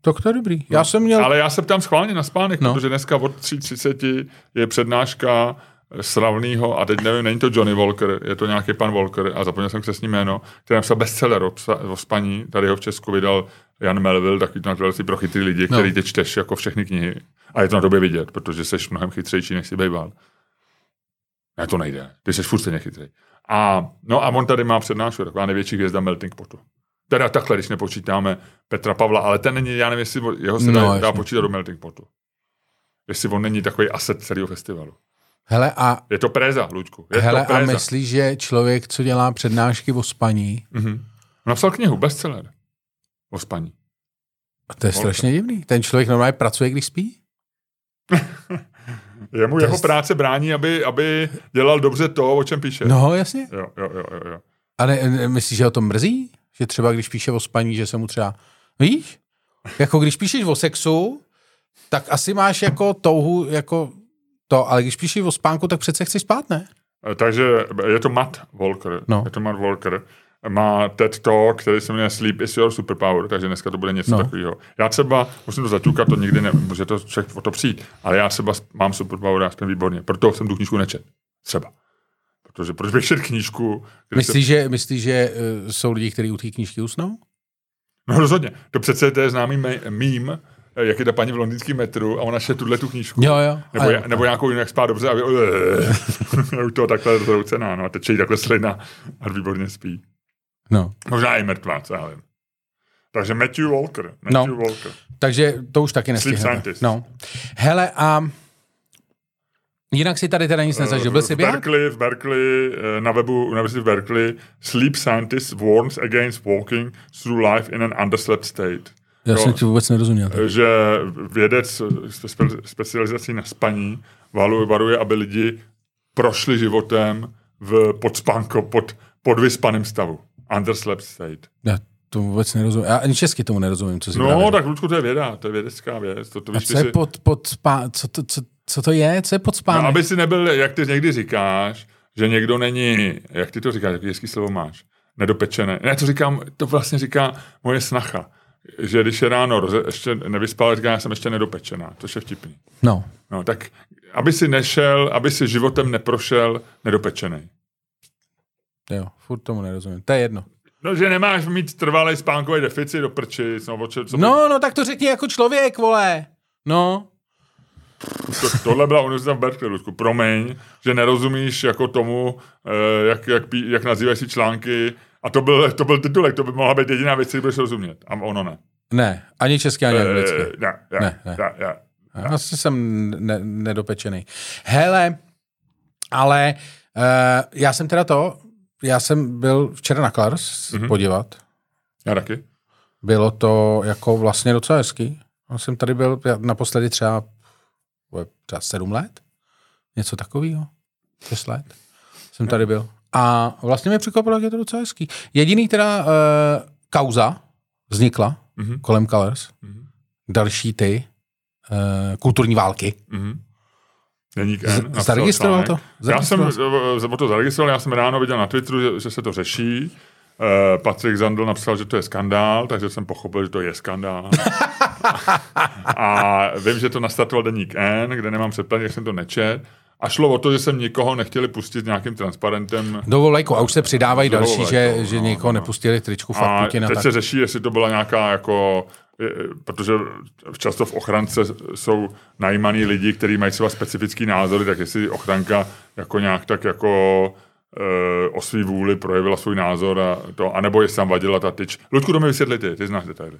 Tak to je dobrý. Já jsem měl... Ale já se ptám schválně na spánek, No. no. protože dneska od 3.30 je přednáška slavného, a teď nevím, není to Johnny Walker, je to nějaký pan Walker, a zapomněl jsem přesně jméno, který napsal bestseller o, psa, o spaní, tady ho v Česku vydal Jan Melville, takový to nakladací pro chytrý lidi, No. no. který teď čteš jako všechny knihy. A je to na tobě vidět, protože jsi mnohem chytřejší, než jsi býval. Ne, to nejde. Ty jsi furt stejně chytrý. A, no a on tady má přednášku, taková největší hvězda Melting Potu. Teda takhle, když nepočítáme Petra Pavla, ale ten není, já nevím, jestli jeho se No, no, dá, dá jasně. počítat do Melting Potu. Jestli on není takový aset celého festivalu. Hele, a, Je to préza, Luďku. Je hele, to a préza. myslíš, že člověk, co dělá přednášky o spaní, Mhm. Napsal knihu, bestseller. O spaní. a No, to je strašně divný. Ten člověk normálně pracuje, když spí? Jemu je jeho s- práce brání, aby, aby dělal dobře to, o čem píše. No, jasně. Jo, jo, jo, jo, jo. A ne, ne, myslíš, že ho to mrzí? Že třeba když píše o spaní, že se mu třeba... Víš? Jako když píšeš o sexu, tak asi máš jako touhu, jako to, ale když píšeš o spánku, tak přece chceš spát, ne? E, Takže je to Matt Walker. No. No. Je to Matt Walker. Má TED Talk, který se jmenuje Sleep is your superpower, takže dneska to bude něco No. no. takového. Já třeba, musím to zaťukat, to nikdy nevím, může to člověk o to přijít, ale já třeba s- mám superpower, já jsem výborně, proto jsem tu knížku nečet. Třeba. Protože proč bych četl knížku? kde se- Myslíš, že, myslí, že uh, jsou lidi, kteří u té knížky usnou? No rozhodně. To přece to je známý me- mím, eh, jak je ta paní v londýnském metru a ona še tuhle tu knížku. Jo, jo. Nebo, A- já, nebo nějakou jinak spát dobře a vy, u toho takhle rozroucená, no a teče jí takhle slina a výborně spí. No. Možná i mrtvá, co já vím. Takže Matthew Walker. Matthew No. Walker. Takže to už taky nestihneme. scientist. No. Hele, a jinak si tady teda nic nezažil. No, Byl v, jsi biják? Eh, Berkeley, v Berkeley, eh, na webu Univerzity v Berkeley, sleep scientist warns against walking through life in an underslept state. Já Jo. jsem ti vůbec nerozuměl. že vědec s spe- specializací na spaní valu- varuje, aby lidi prošli životem v podspánko, pod, pod vyspaném stavu. Underslept state. Ne, to vůbec nerozumím. Já ani česky tomu nerozumím, co si No, tak Ludku, to je věda, to je vědecká věc. To, to A víš, ty co je si- pod, pod spá... co, to, co, co to je? Co je pod No, spánek? aby si nebyl, jak ty někdy říkáš, že někdo není, jak ty to říkáš, jaký hezký slovo máš, nedopečené. Ne, to říkám, to vlastně říká moje snacha, že když je ráno roze, ještě nevyspal, říká, já jsem ještě nedopečená, což je vtipný. No. No, tak aby si nešel, aby si životem neprošel nedopečený. Jo, furt tomu nerozumím. To je jedno. No, že nemáš mít trvalý spánkový deficit do prčic, no, o če- co No, no, tak to řekni jako člověk, vole. No. To, tohle byla univerzita v Berkeley, Ludku. Promiň, že nerozumíš jako tomu, eh, jak, jak, pí- jak nazývají si články. A to byl, to byl titulek, to by mohla být jediná věc, kterou budeš rozumět. A ono ne. Ne, ani česky, ani anglicky. Eh, ne, ne, Ne, ne, ne. ne. ne, ne. Asi jsem ne- nedopečený. Hele, ale uh, já jsem teda to, já jsem byl včera na Klars Mhm. mm-hmm. podívat. Já taky. Bylo to jako vlastně docela hezký. Já jsem tady byl já naposledy třeba, vole, třeba sedm let, něco takového, šest let jsem tady byl. A vlastně mě překvapilo, jak je to docela hezký. Jediný teda uh, kauza vznikla mm-hmm. Mhm. kolem Colors, Mhm. další ty uh, kulturní války. Mhm. Deník N. Z- napsal zaregistroval článek. to? Já jsem Zaregistroval eh, to zaregistroval, já jsem ráno viděl na Twitteru, že, že se to řeší. Eh, Patrik Zandl napsal, že to je skandál, takže jsem pochopil, že to je skandál. A vím, že to nastartoval deník N, kde nemám předplat, jak jsem to nečet. A šlo o to, že jsem nikoho nechtěli pustit s nějakým transparentem. Do volejku a už se přidávají Do další, že, volejku, že no, někoho no. nepustili tričku fakt A Putina. teď Tak. se řeší, jestli to byla nějaká jako eh, protože často v ochrance jsou najímaní lidi, kteří mají třeba specifický názory, tak jestli ochranka jako nějak tak jako eh, o svý vůli projevila svůj názor a to, anebo jestli tam vadila ta tyč. Ludku, to mi vysvětli ty, ty znáš detaily.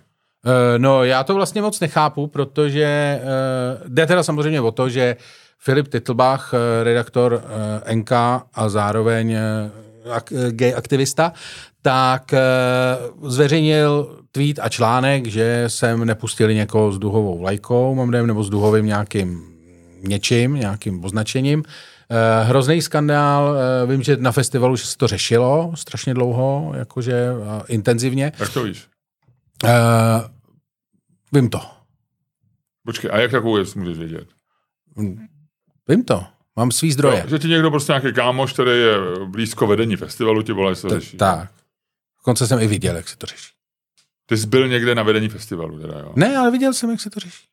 Eh, No, já to vlastně moc nechápu, protože uh, jde teda samozřejmě o to, že Filip Titlbach, eh, redaktor eh, NK a zároveň eh, ak- eh, gay aktivista, tak eh, zveřejnil tweet a článek, že jsem nepustili někoho s duhovou vlajkou, mám dojem, nebo s duhovým nějakým něčím, nějakým označením. Eh, Hrozný skandál, eh, vím, že na festivalu se to řešilo strašně dlouho, jakože eh, intenzivně. Jak to víš? Eh, vím to. Počkej, a jak takovou věc můžeš vědět? Vím to. Mám svý zdroje. Jo, že ti někdo prostě nějaký kámoš, který je blízko vedení festivalu, ti volá, jestli to řeší. tak. Dokonce jsem i viděl, jak se to řeší. Ty jsi byl někde na vedení festivalu, teda jo? Ne, ale viděl jsem, jak se to řeší.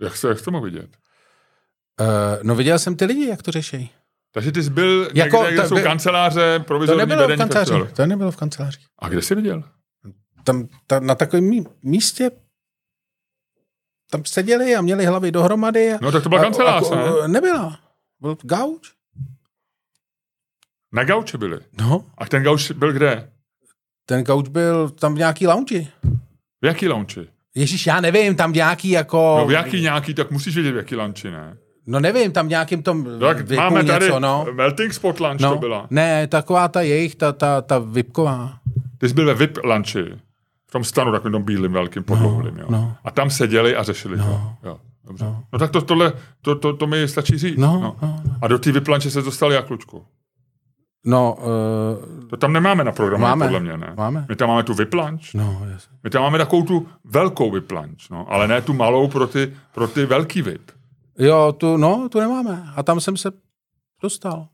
Jak, se, jak jsi to mohl vidět? Uh, no viděl jsem ty lidi, jak to řeší. Takže ty jsi byl jako, Jako někde, kde to jsou by- kanceláře, To provizorní nebylo v vedení festivalu. kanceláři. To nebylo v kanceláři. A kde jsi viděl? Tam, ta, na takovém mí- místě tam seděli a měli hlavy dohromady. A, No tak to byla a- kancelář, a- ne? a- Nebyla. Byl gauč. Na gauči byli. No, A ten gauč byl kde? ten gauč byl tam v nějaký lounge. V jaký launči? Ježíš, já nevím, tam nějaký jako... No v jaký nějaký, tak musíš vědět, v jaký launči, ne? No nevím, tam v nějakým tom No Tak věku máme něco, tady no. melting spot lunch no. to byla. Ne, taková ta jejich, ta, ta, ta vipková. Ty jsi byl ve VIP lunchi. V tom stanu, takovým tom bílým velkým podlouhlým, jo. no. A tam seděli a řešili to. Jo, dobře. No. tak to, tohle, to, to, to mi stačí říct. No, no, A do té VIP lunche se dostali jak, Lučku? No, uh, To tam nemáme na programu, Máme. podle mě, ne? Máme. My tam máme tu VIP lunch. no, jasně. My tam máme takovou tu velkou VIP lunch, no, ale ne tu malou pro ty, pro ty velký VIP. Jo, tu, no, tu nemáme. A tam jsem se dostal.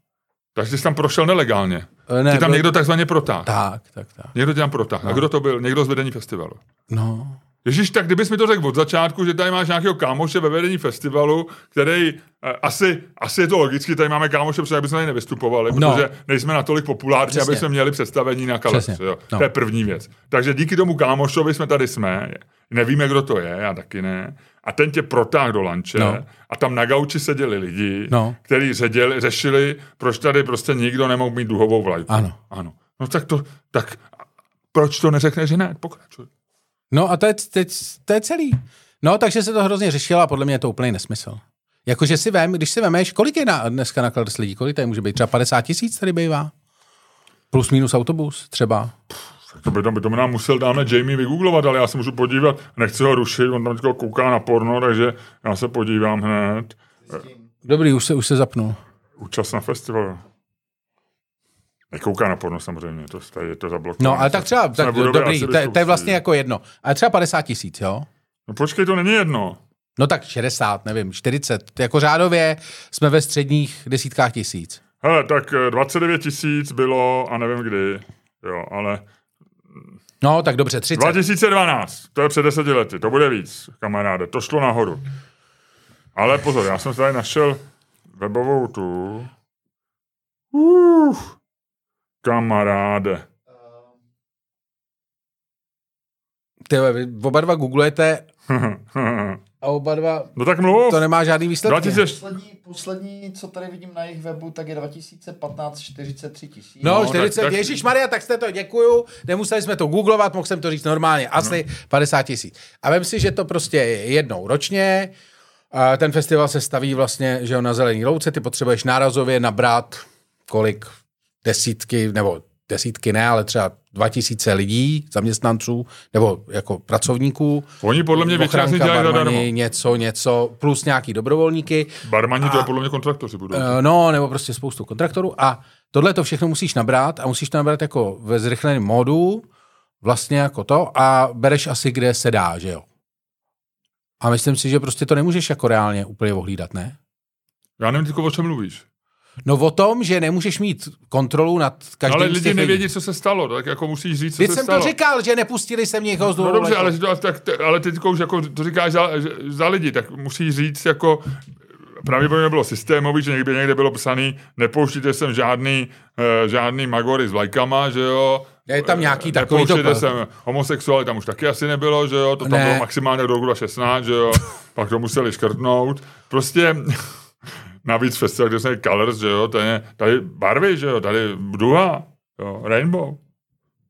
Takže jsi tam prošel nelegálně. Eh, ne, Tě tam byl- někdo takzvaně protáhl. Tak, No. tak, tak. Někdo tě tam protáhl. A kdo to byl? Někdo z vedení festivalu. No. Ježíš, tak kdybys mi to řekl od začátku, že tady máš nějakého kámoše ve vedení festivalu, který eh, asi, asi je to logicky, tady máme kámoše, protože bychom tady nevystupovali, No. protože nejsme natolik populární, Přesně. aby jsme měli představení na Přesně. kalestře. No. No. To je první věc. Takže díky tomu kámošovi jsme tady jsme, nevíme, kdo to je, já taky ne. A ten tě protáhl do lanče No. no. a tam na gauči seděli lidi, No. kteří ředěli, řešili, proč tady prostě nikdo nemohl mít duhovou vlajku. Ano. ano. No tak to, tak proč to neřekne, že ne? Pokračuj. No a to je, teď, to je celý. No, takže se to hrozně řešilo a podle mě je to úplný nesmysl. Jakože si vem, když si vemeš, kolik je na, dneska na Kladrs lidí, kolik tady může být? Třeba 50 tisíc tady bývá? Plus minus autobus třeba. To by, to by, to by nám musel dáme Jamie vygooglovat, ale já se můžu podívat. Nechci ho rušit, on tam teďko kouká na porno, takže já se podívám hned. Dobrý, už se, už se zapnul. Účast na festivalu. Nekouká na porno samozřejmě, to, to je to zablokované. No, ale tak třeba, Jsme tak, budově dobrý, to, je- to je arcibiskupství. vlastně jako jedno. Ale třeba 50 tisíc, jo? No počkej, to není jedno. No tak 60, nevím, 40. Jako řádově jsme ve středních desítkách tisíc. Hele, tak eh, 29 tisíc bylo a nevím kdy, jo, ale No, tak dobře, 30. 2012, to je před deseti lety, to bude víc, kamaráde, to šlo nahoru. Ale pozor, já jsem tady našel webovou tu. Uf, kamaráde. Ty, jo, vy oba dva googlujete a oba dva... no tak mluv. To nemá žádný výsledek. 2000, Poslední, poslední, co tady vidím na jejich webu, tak je 2015 43 tisíc. No, No, 40, tak- tak- Ježíš Maria, tak jste to, děkuju. Nemuseli jsme to googlovat, mohl jsem to říct normálně. No. Asi 50 tisíc. A vem si, že to prostě je jednou ročně. A ten festival se staví vlastně, že jo, na zelený louce, ty potřebuješ nárazově nabrat kolik desítky, nebo desítky ne, ale třeba 2000 lidí, zaměstnanců, nebo jako pracovníků. Oni podle mě většina si Ochranka, dělají zadarmo. barmani, něco, něco, plus nějaký dobrovolníky. Barmani to je podle mě kontraktoři budou. Eh, No, nebo prostě spoustu kontraktorů. A tohle to všechno musíš nabrat a musíš to nabrat jako ve zrychleném módu, vlastně jako to, a bereš asi, kde se dá, že jo. A myslím si, že prostě to nemůžeš jako reálně úplně ohlídat, ne? Já nevím, teďko, o čem mluvíš. No o tom, že nemůžeš mít kontrolu nad každým ale z lidi těch nevědí, co se stalo, tak jako musíš říct, co Teď se jsem stalo. to říkal, že nepustili se mě někoho z No důvodu dobře, vlajky. ale, že to, tak, te- ale teď už jako to říkáš za, že- za lidi, tak musíš říct jako pravděpodobně bylo systémový, že někde, někde bylo psaný, nepouštíte sem žádný, eh, žádný magory s vlajkama, že jo. Je tam nějaký Eh, takový nepouštějte to- sem homosexuály, tam už taky asi nebylo, že jo, to tam Ne. bylo maximálně do roku 2016, že jo, pak to museli škrtnout. Prostě navíc festival, kde jsme Colors, že jo, tady, tady barvy, že jo, tady duha, jo, rainbow.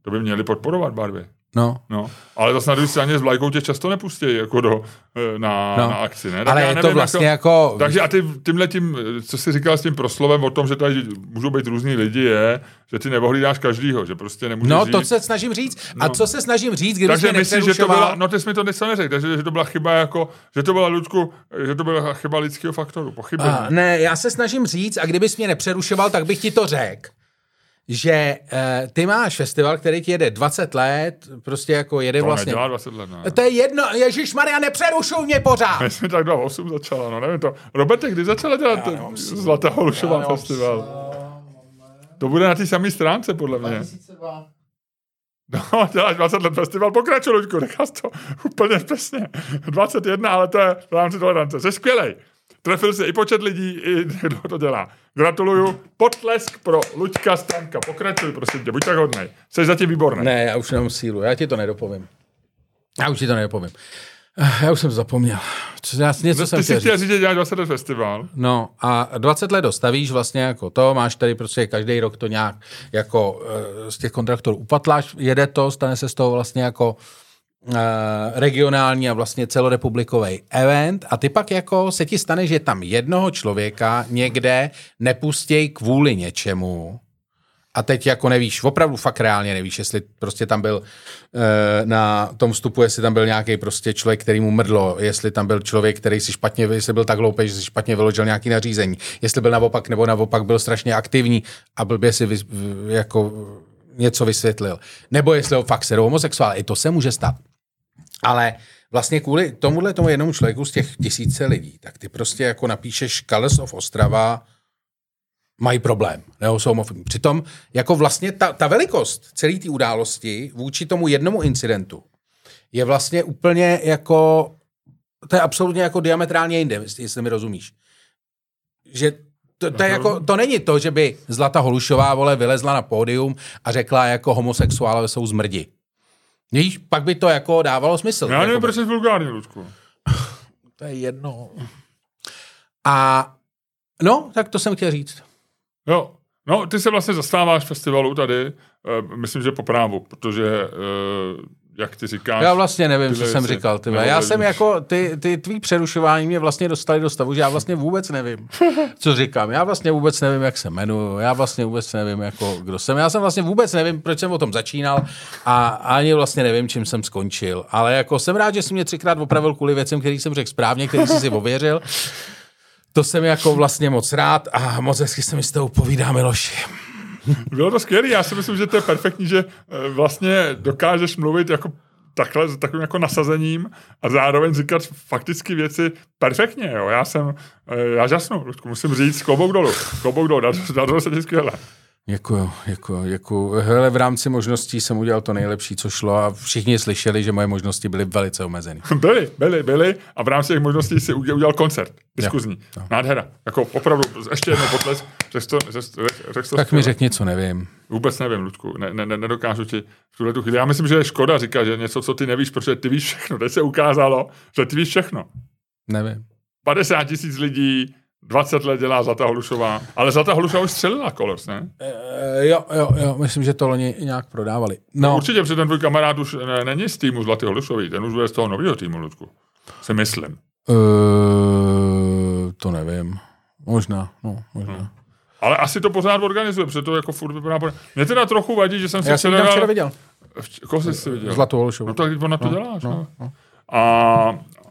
To by měli podporovat barvy. No. No, ale zase na druhé straně s vlajkou tě často nepustí jako do, eh, na, No. no. na akci, ne? Ale já je to nevím, vlastně jako- Takže a ty tímhle tím, eh, co jsi říkal s tím proslovem o tom, že tady můžou být různí lidi, je, že ty neohlídáš každýho, že prostě nemůžeš No, říct. to vlastně se snažím říct. A No. co se snažím říct, když takže mě myslím, že to nepřerušoval? byla, no ty jsi mi to dneska neřekl, takže že to byla chyba jako, že to byla Ludku, eh, že to byla chyba lidského faktoru, pochybení. A, ne, já se snažím říct, a kdybys mě nepřerušoval, tak bych ti to řekl, že e, ty máš festival, který ti jede 20 let, prostě jako jede to vlastně... nedělá 20 let, ne? To je jedno, Ježíš Maria, nepřerušuj mě pořád! My jsme tak 28 začala, no nevím to. Roberte, kdy začala dělat ten Zlatá Holušová festival? To bude na té samé stránce, podle mě. 2002. No, děláš 20 let festival, pokračuj, Luďku, necháš to úplně přesně. 21, ale to je v rámci tolerance. Jsi skvělej. Trefil se i počet lidí, i kdo to dělá. Gratuluju. Potlesk pro Luďka Stanka. Pokračuj, prosím tě, buď tak hodnej. Jsi zatím výborný. Ne, já už nemám sílu, já ti to nedopovím. Já už ti to nedopovím. Eh, Já už jsem zapomněl. Co, já, něco jsem Ty jsi No, chtěl říct. chtěl říct, že děláš 20 let festival. No a 20 let dostavíš vlastně jako to, máš tady prostě každý rok to nějak jako eh, z těch kontraktorů upatláš, jede to, stane se z toho vlastně jako eh, regionální a vlastně celorepublikový event a ty pak jako se ti stane, že tam jednoho člověka někde nepustěj kvůli něčemu, a teď jako nevíš, opravdu fakt reálně nevíš, jestli prostě tam byl eh, na tom vstupu, jestli tam byl nějaký prostě člověk, který mu mrdlo, jestli tam byl člověk, který si špatně, jestli byl tak hloupý, že si špatně vyložil nějaký nařízení, jestli byl naopak nebo naopak byl strašně aktivní a blbě si vys, v- jako něco vysvětlil. Nebo jestli ho fakt serou homosexuál, i to se může stát. Ale vlastně kvůli tomuhle tomu jednomu člověku z těch tisíce lidí, tak ty prostě jako napíšeš Colors of Ostrava, mají problém, nebo jsou homofobní. Přitom jako vlastně ta, ta velikost celé té události vůči tomu jednomu incidentu je vlastně úplně jako, to je absolutně jako diametrálně jinde, jestli jestli mi rozumíš. Že to, to, je jako, to není to, že by Zlata Holušová, vole, vylezla na pódium a řekla jako homosexuálové jsou zmrdi. Víš, pak by to jako dávalo smysl. Já nevím, Jakoby. proč jsi vulgární, Luďku. To je jedno. A no, tak to jsem chtěl říct. Jo. No, ty se vlastně zastáváš festivalu tady, eh, myslím, že po právu, protože, eh, jak ty říkáš... Já vlastně nevím, tyhle co jsem věci. říkal. Ty. No, vole. Já ale- jsem jako, ty, ty tvý přerušování mě vlastně dostali do stavu, že já vlastně vůbec nevím, co říkám. Já vlastně vůbec nevím, jak se jmenuju, já vlastně vůbec nevím, jako, kdo jsem. Já jsem vlastně vůbec nevím, proč jsem o tom začínal a ani vlastně nevím, čím jsem skončil. Ale jako jsem rád, že jsi mě třikrát opravil kvůli věcem, který jsem řekl správně, který jsi si ověřil. To jsem jako vlastně moc rád a moc hezky se mi s tou povídá, Miloši. Bylo to skvělé, já si myslím, že to je perfektní, že eh, vlastně dokážeš mluvit jako takhle, s takovým jako nasazením a zároveň říkat fakticky věci perfektně, jo. Já jsem, eh, já žasnu, Rusku, musím říct, klobouk dolů, klobouk dolů, dařilo dařilo se ti skvěle. Děkuju, děkuju, děkuju. jako Hele, v rámci možností jsem udělal to nejlepší, co šlo a všichni slyšeli, že moje možnosti byly velice omezeny. Byli, byli, byli a v rámci těch možností si udě- udělal koncert, diskuzní, nádhera, jako opravdu, ještě jednou potlesk, řekl to, řekl to, řekl to Tak mi řekni, co nevím. Vůbec nevím, Ludku, ne, ne, ne, nedokážu ti v tuhle tu chvíli. Já myslím, že je škoda říkat, že něco, co ty nevíš, protože ty víš všechno. Teď se ukázalo, že ty víš všechno. Nevím. 50 tisíc lidí, 20 let dělá Zlata Hlušová, ale Zlata Hlušová už střelila kolos, ne? E, jo, jo, jo, myslím, že to loni nějak prodávali. No, Určitě, protože ten tvůj kamarád už ne, není z týmu Zlaty Hlušový, ten už bude z toho nového týmu, Ludku. Se myslím. e, to nevím. Možná, no, možná. Hmm. Ale asi to pořád organizuje, protože to jako furt vypadá. po- Mě teda trochu vadí, že jsem se Já jsem ji tam včera viděl. Koho jsi si viděl? Zlatou Holšovu. No tak ona to no, děláš. No, no. A,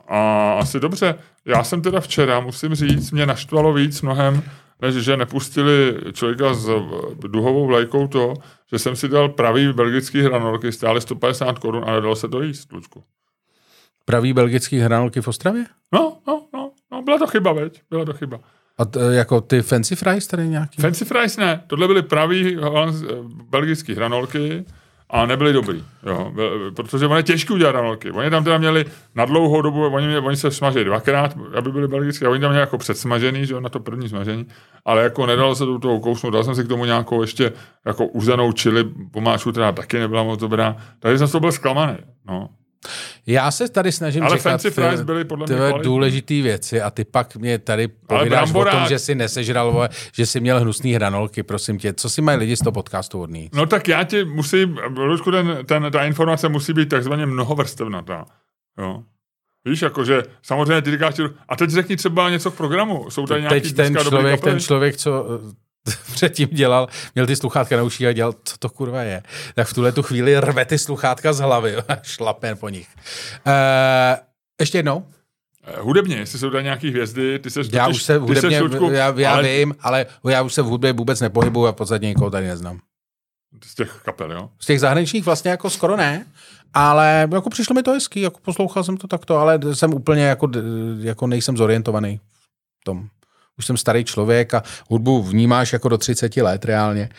a asi dobře. Já jsem teda včera, musím říct, mě naštvalo víc mnohem, než že nepustili člověka s eh, duhovou vlajkou to, že jsem si dal pravý belgický hranolky, stály 150 korun a nedalo se to jíst, Lučku. Pravý belgický hranolky v Ostravě? No, no, no, no, byla to chyba, veď, byla to chyba. A t, jako ty fancy fries tady nějaký? Fancy fries ne, tohle byly pravý holands- eh, belgický hranolky a nebyly dobrý, jo, Byl- protože ono je těžké udělat hranolky. Oni tam teda měli na dlouhou dobu, oni, mě, oni se smažili dvakrát, aby byly belgické, a oni tam měli jako předsmažený, že jo, na to první smažení, ale jako nedalo se do toho kousnout, dal jsem si k tomu nějakou ještě jako uzanou čili pomáčku, která taky nebyla moc dobrá, takže jsem z toho byl zklamaný, no. Já se tady snažím Ale říkat fancy ty- fries byly podle mě tyhle kvalitní. důležitý věci a ty pak mě tady povídáš o bramborák- tom, že si nesežral, vole, že si měl hnusný hranolky, prosím tě. Co si mají lidi z toho podcastu odnít? No tak já ti musím, Ludku, ten, ten, ta informace musí být takzvaně mnohovrstevnatá. Jo. Víš, jakože samozřejmě ty říkáš, ti- a teď řekni třeba něco k programu. Jsou tady nějaký Teď ten dneska dobrý člověk, kapely? ten člověk, co eh, předtím dělal, měl ty sluchátka na uších a dělal, co to kurva je, tak v tuhle tu chvíli rve ty sluchátka z hlavy a šlapen po nich. Eh, ještě jednou? Eh, Hudebně, jestli jsou tady nějaký hvězdy, ty se Já už se v hudebně, já, já ale... ale vím, ale já už se v hudbě vůbec nepohybuju a v podstatě nikoho tady neznám. Z těch kapel, jo. Z těch zahraničních vlastně jako skoro ne, ale jako přišlo mi to hezký, jako poslouchal jsem to takto, ale jsem úplně jako, d- jako nejsem zorientovaný v tom. Už jsem starý člověk a hudbu vnímáš jako do 30 let reálně.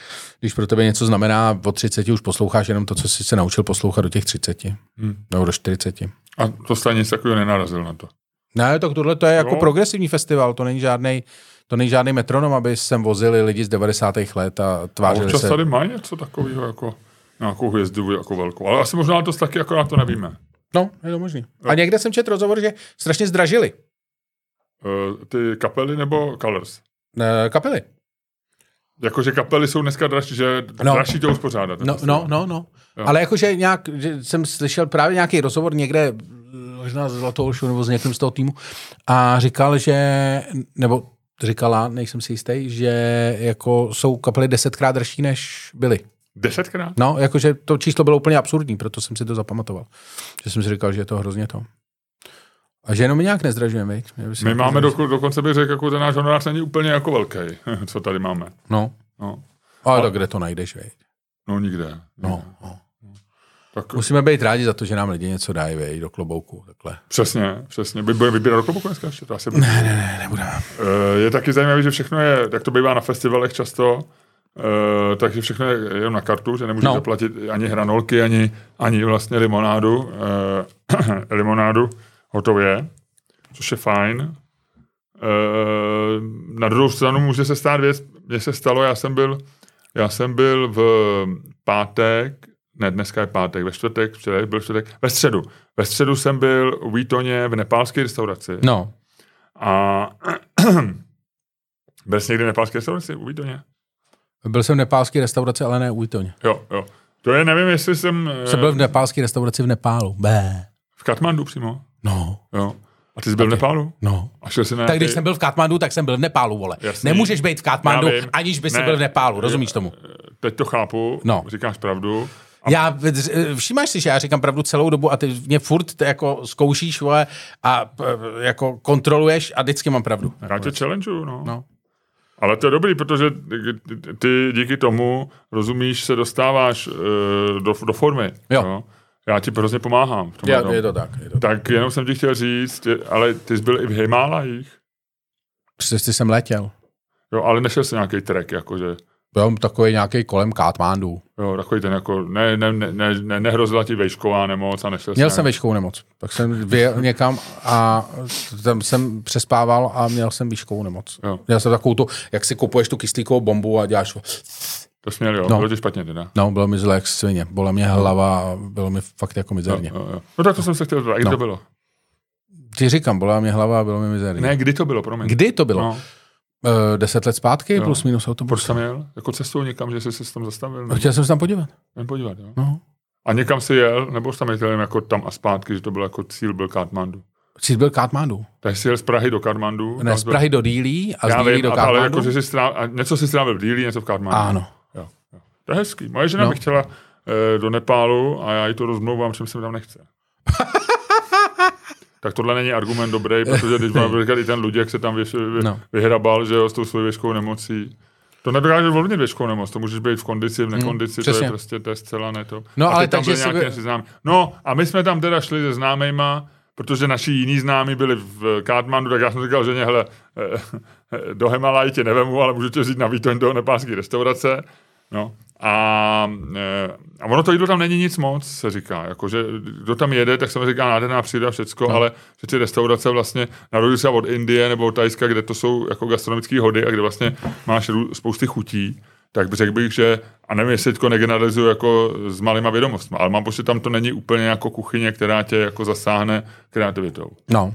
Když pro tebe něco znamená, od 30 už posloucháš jenom to, co jsi se naučil poslouchat do těch 30. Hmm. Nebo do 40. A to stejně nic takového nenarazil na to. Ne, tak tohle to je jako No. progresivní festival, to není žádný to není žádný metronom, aby sem vozili lidi z 90. let a A tvářili občas se. tady má něco takového jako nějakou hvězdu jako velkou. Ale asi možná to taky, akorát to nevíme. No, je to možný. A někde jsem četl rozhovor, že strašně zdražili. Eh, Ty kapely nebo Colors? Eh, kapely. Jakože kapely jsou dneska dražší, že No. no. dražší to uspořádat. No, no, no, no. Ale jakože nějak, že jsem slyšel právě nějaký rozhovor někde, eh, možná z Zlatou Olšu nebo s někým z toho týmu, a říkal, že, nebo říkala, nejsem si jistý, že jako jsou kapely desetkrát dražší, než byly. Desetkrát? No, jakože to číslo bylo úplně absurdní, proto jsem si to zapamatoval. Že jsem si říkal, že je to hrozně to. A že jenom my nějak nezdražujeme, viď? Mě by se My jako máme zdraž- doko, dokonce bych řekl, jako ten náš honorář není úplně jako velký, co tady máme. No, No, ale tak kde to najdeš, viď? no nikde. No, no. Tak Musíme být rádi za to, že nám lidi něco dají, viď, do klobouku, takhle. přesně, přesně. My budeme vybírat roku dneska ještě, to asi bude. Ne, ne, ne, nebudeme. Eh, Je taky zajímavé, že všechno je, jak to bývá na festivalech často, eh, takže všechno je jenom na kartu, že nemůžeš No. no. zaplatit ani hranolky, ani, ani vlastně limonádu. eh, limonádu hotově, což je fajn. Eh, Na druhou stranu může se stát věc, mně se stalo, já jsem byl, já jsem byl v pátek, ne, dneska je pátek, ve čtvrtek, včera byl čtvrtek, ve středu. Ve středu jsem byl v Vítoně v nepálské restauraci. No, A byl jsi někdy v nepálské restauraci? Uvidí to mě. byl jsem v nepálské restauraci, ale ne u Itoně. Jo, jo. To je, nevím, jestli jsem eh, Jsem byl v nepálské restauraci v Nepálu. B. v Katmandu přímo. No, Jo. A ty jsi byl v Nepálu? no. A šel jsi na Tak když nějaký- jsem byl v Katmandu, tak jsem byl v Nepálu, vole. Jasný. Nemůžeš být v Katmandu, Já vím. aniž by si Ne. byl v Nepálu, rozumíš tomu? Teď to chápu, No. říkáš pravdu. Já, všímáš si, že já říkám pravdu celou dobu a ty mě furt ty jako zkoušíš, vole, a p- jako kontroluješ a vždycky mám pravdu. Já tě challengeuju, no. No. no. Ale to je dobrý, protože ty díky tomu, rozumíš, se dostáváš eh, do, do formy. Jo. Já ti hrozně pomáhám. V tom Já, je to tak. Je to tak. Tak jenom jsem ti chtěl říct, je- ale ty jsi byl i v Himalajích. Přes ty jsem letěl. Jo, ale nešel jsi nějaký trek, jakože. Byl takový nějaký kolem Katmandu. Jo, takový ten jako, ne, ne, ne, ne, ne nehrozila ti vejšková nemoc a nešel jsi Měl nějak- jsem výškovou nemoc. Tak jsem vyjel někam a tam jsem přespával a měl jsem výškovou nemoc. Jo. Měl jsem takovou tu, jak si kupuješ tu kyslíkovou bombu a děláš... To jsi měl, jo, No. no. bylo ti špatně teda. No, bylo mi zle jak svině. Byla mě hlava a bylo mi fakt jako mizerně. Jo, jo. No tak to jsem se chtěl zeptat, kdy No. no. to bylo? Ti říkám, byla mě hlava a bylo mi mizerně. Ne, kdy to bylo, promiň. Kdy to bylo? No, Eh, deset let zpátky, jo. Jo. plus minus proč autobus. jsem jel? Jako cestou někam, že jsi se tam zastavil? No, Chtěl jsem se tam podívat. Jen podívat, jo. No. A někam si jel, nebo jsi tam jel jen jako tam a zpátky, že to byl jako cíl byl Katmandu. Cít byl Katmandu. Tak jsi jel z Prahy do Katmandu. Ne, tam z byl- Prahy do Dílí a z Já Dílí vím, do a- ale Katmandu. jako, že jsi strávil, a něco si strávil v Dílí, něco v Katmandu. Ano. Jo, jo. To je hezký. Moje žena No. no. by chtěla eh, do Nepálu a já jí to rozmlouvám, čím se mi tam nechce. tak tohle není argument dobrý, protože když mám říkat, i ten Luděk se tam vy, vy, No. no. vyhrabal, že jo, s tou svou věžkou nemocí. To nedokáže volnit věžkou nemoc, to můžeš být v kondici, v nekondici, to Mm, přesně. je prostě to je zcela ne to. No, a ale teď tam takže byly si nějaké by- asi známí. No a my jsme tam teda šli se známejma, protože naši jiní známí byli v Kátmandu, tak já jsem říkal ženě, hele, eh, do Himalají tě nevemu, ale můžu tě vzít na vítoň do nepálské restaurace. No. A, eh, a ono to jídlo tam není nic moc, se říká. Jako, že kdo tam jede, tak samozřejmě říká nádherná příroda, všecko, no. ale že ty restaurace vlastně narodily se od Indie nebo od Tajska, kde to jsou jako gastronomické hody a kde vlastně máš rů- spousty chutí, tak řekl bych, že, a nevím, jestli to negeneralizuju jako s malýma vědomostmi, ale mám pocit, že tam to není úplně jako kuchyně, která tě jako zasáhne kreativitou. No.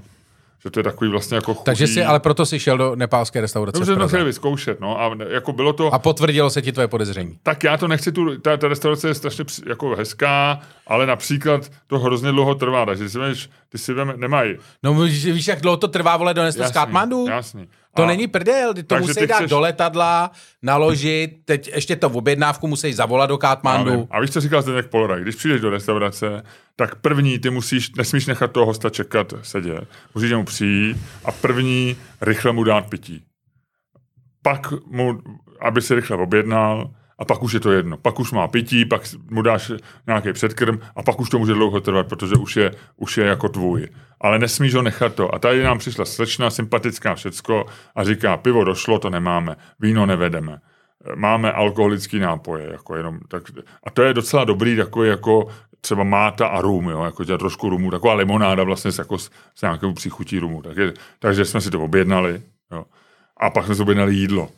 Že to je takový vlastně jako chutí. Takže jsi, ale proto jsi šel do nepálské restaurace. Dobře, v to Praze. chtěli vyzkoušet, no, a ne- jako bylo to... A potvrdilo se ti tvoje podezření. Tak já to nechci, tu, ta, ta restaurace je strašně při- jako hezká, ale například to hrozně dlouho trvá, takže si vemeš, ty si vem, nemají. No víš, víš, jak dlouho to trvá, vole, donést to z Jasný, Katmandu? Jasný. To A- není prdel, ty to Takže musí ty dát chceš- do letadla, naložit, teď ještě to v objednávku musí zavolat do já Katmandu. vím. A víš, co říkal Zdeněk Polora? Když přijdeš do restaurace, tak první ty musíš, nesmíš nechat toho hosta čekat, sedět. Musíš mu přijít a první rychle mu dát pití. Pak mu, aby si rychle objednal, a pak už je to jedno. Pak už má pití, pak s- mu dáš nějaký předkrm a pak už to může dlouho trvat, protože už je, už je jako tvůj. Ale nesmíš ho nechat to. A tady nám přišla slečna, sympatická všecko a říká, pivo došlo, to nemáme, víno nevedeme. E, Máme alkoholické nápoje. Jako jenom, tak, a to je docela dobrý, takový jako třeba máta a rum, jo, jako dělat trošku rumu, taková limonáda vlastně s, jako s, s nějakou příchutí rumu. Tak je, takže jsme si to objednali. Jo. A pak jsme si objednali jídlo.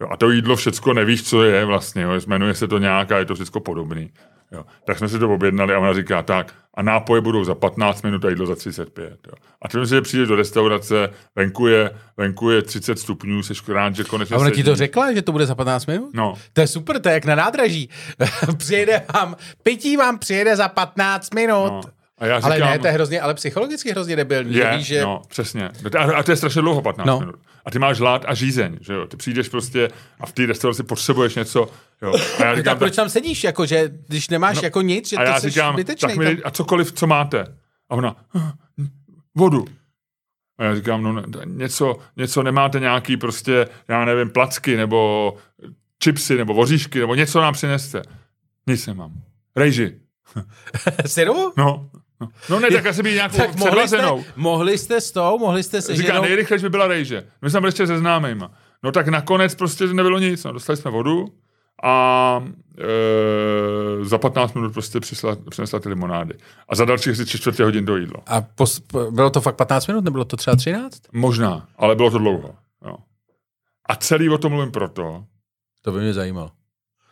Jo, a to jídlo všecko nevíš, co je vlastně, jo, jmenuje se to nějak a je to všecko podobný. Jo. Tak jsme si to objednali a ona říká tak, a nápoje budou za 15 minut a jídlo za 35. Jo. A tím si, že přijdeš do restaurace, venku je, venku je 30 stupňů, seš rád, že konečně A ona ti sedí. to řekla, že to bude za 15 minut? No. To je super, to je jak na nádraží. přijede vám, pití vám přijede za 15 minut. No. A já ale říkám- ne, to je hrozně, ale psychologicky hrozně debilní. že Je, víš, že no, přesně. A, a to je strašně dlouho, 15 No. no. minut. A ty máš hlad a žízeň, že jo? Ty přijdeš prostě a v té restauraci potřebuješ něco, jo? A já tak říkám, proč tam sedíš, jako, že když nemáš no, jako nic, že a já to jsi říkám, zbytečný. tak mi, tam- a cokoliv, co máte. A ona, "Ah, vodu. A já říkám, no ne- něco, něco nemáte nějaký prostě, já nevím, placky, nebo čipsy, nebo voříšky, nebo něco nám přineste. Nic nemám. Rejži. Syru? No, no, no ne, tak asi být nějakou Tak mohli jste, předlazenou. mohli jste s tou, mohli jste se Říká, ženou... nejrychlejší by byla rejže. My jsme byli ještě se známejma. No tak nakonec prostě nebylo nic. No, dostali jsme vodu a e, za 15 minut prostě přisla, přinesla ty limonády. A za dalších asi tři čtvrtě hodin do jídlo. A pos, p- bylo to fakt 15 minut, nebylo to třeba 13? Možná, ale bylo to dlouho. Jo. A celý o tom mluvím proto, To by mě zajímalo.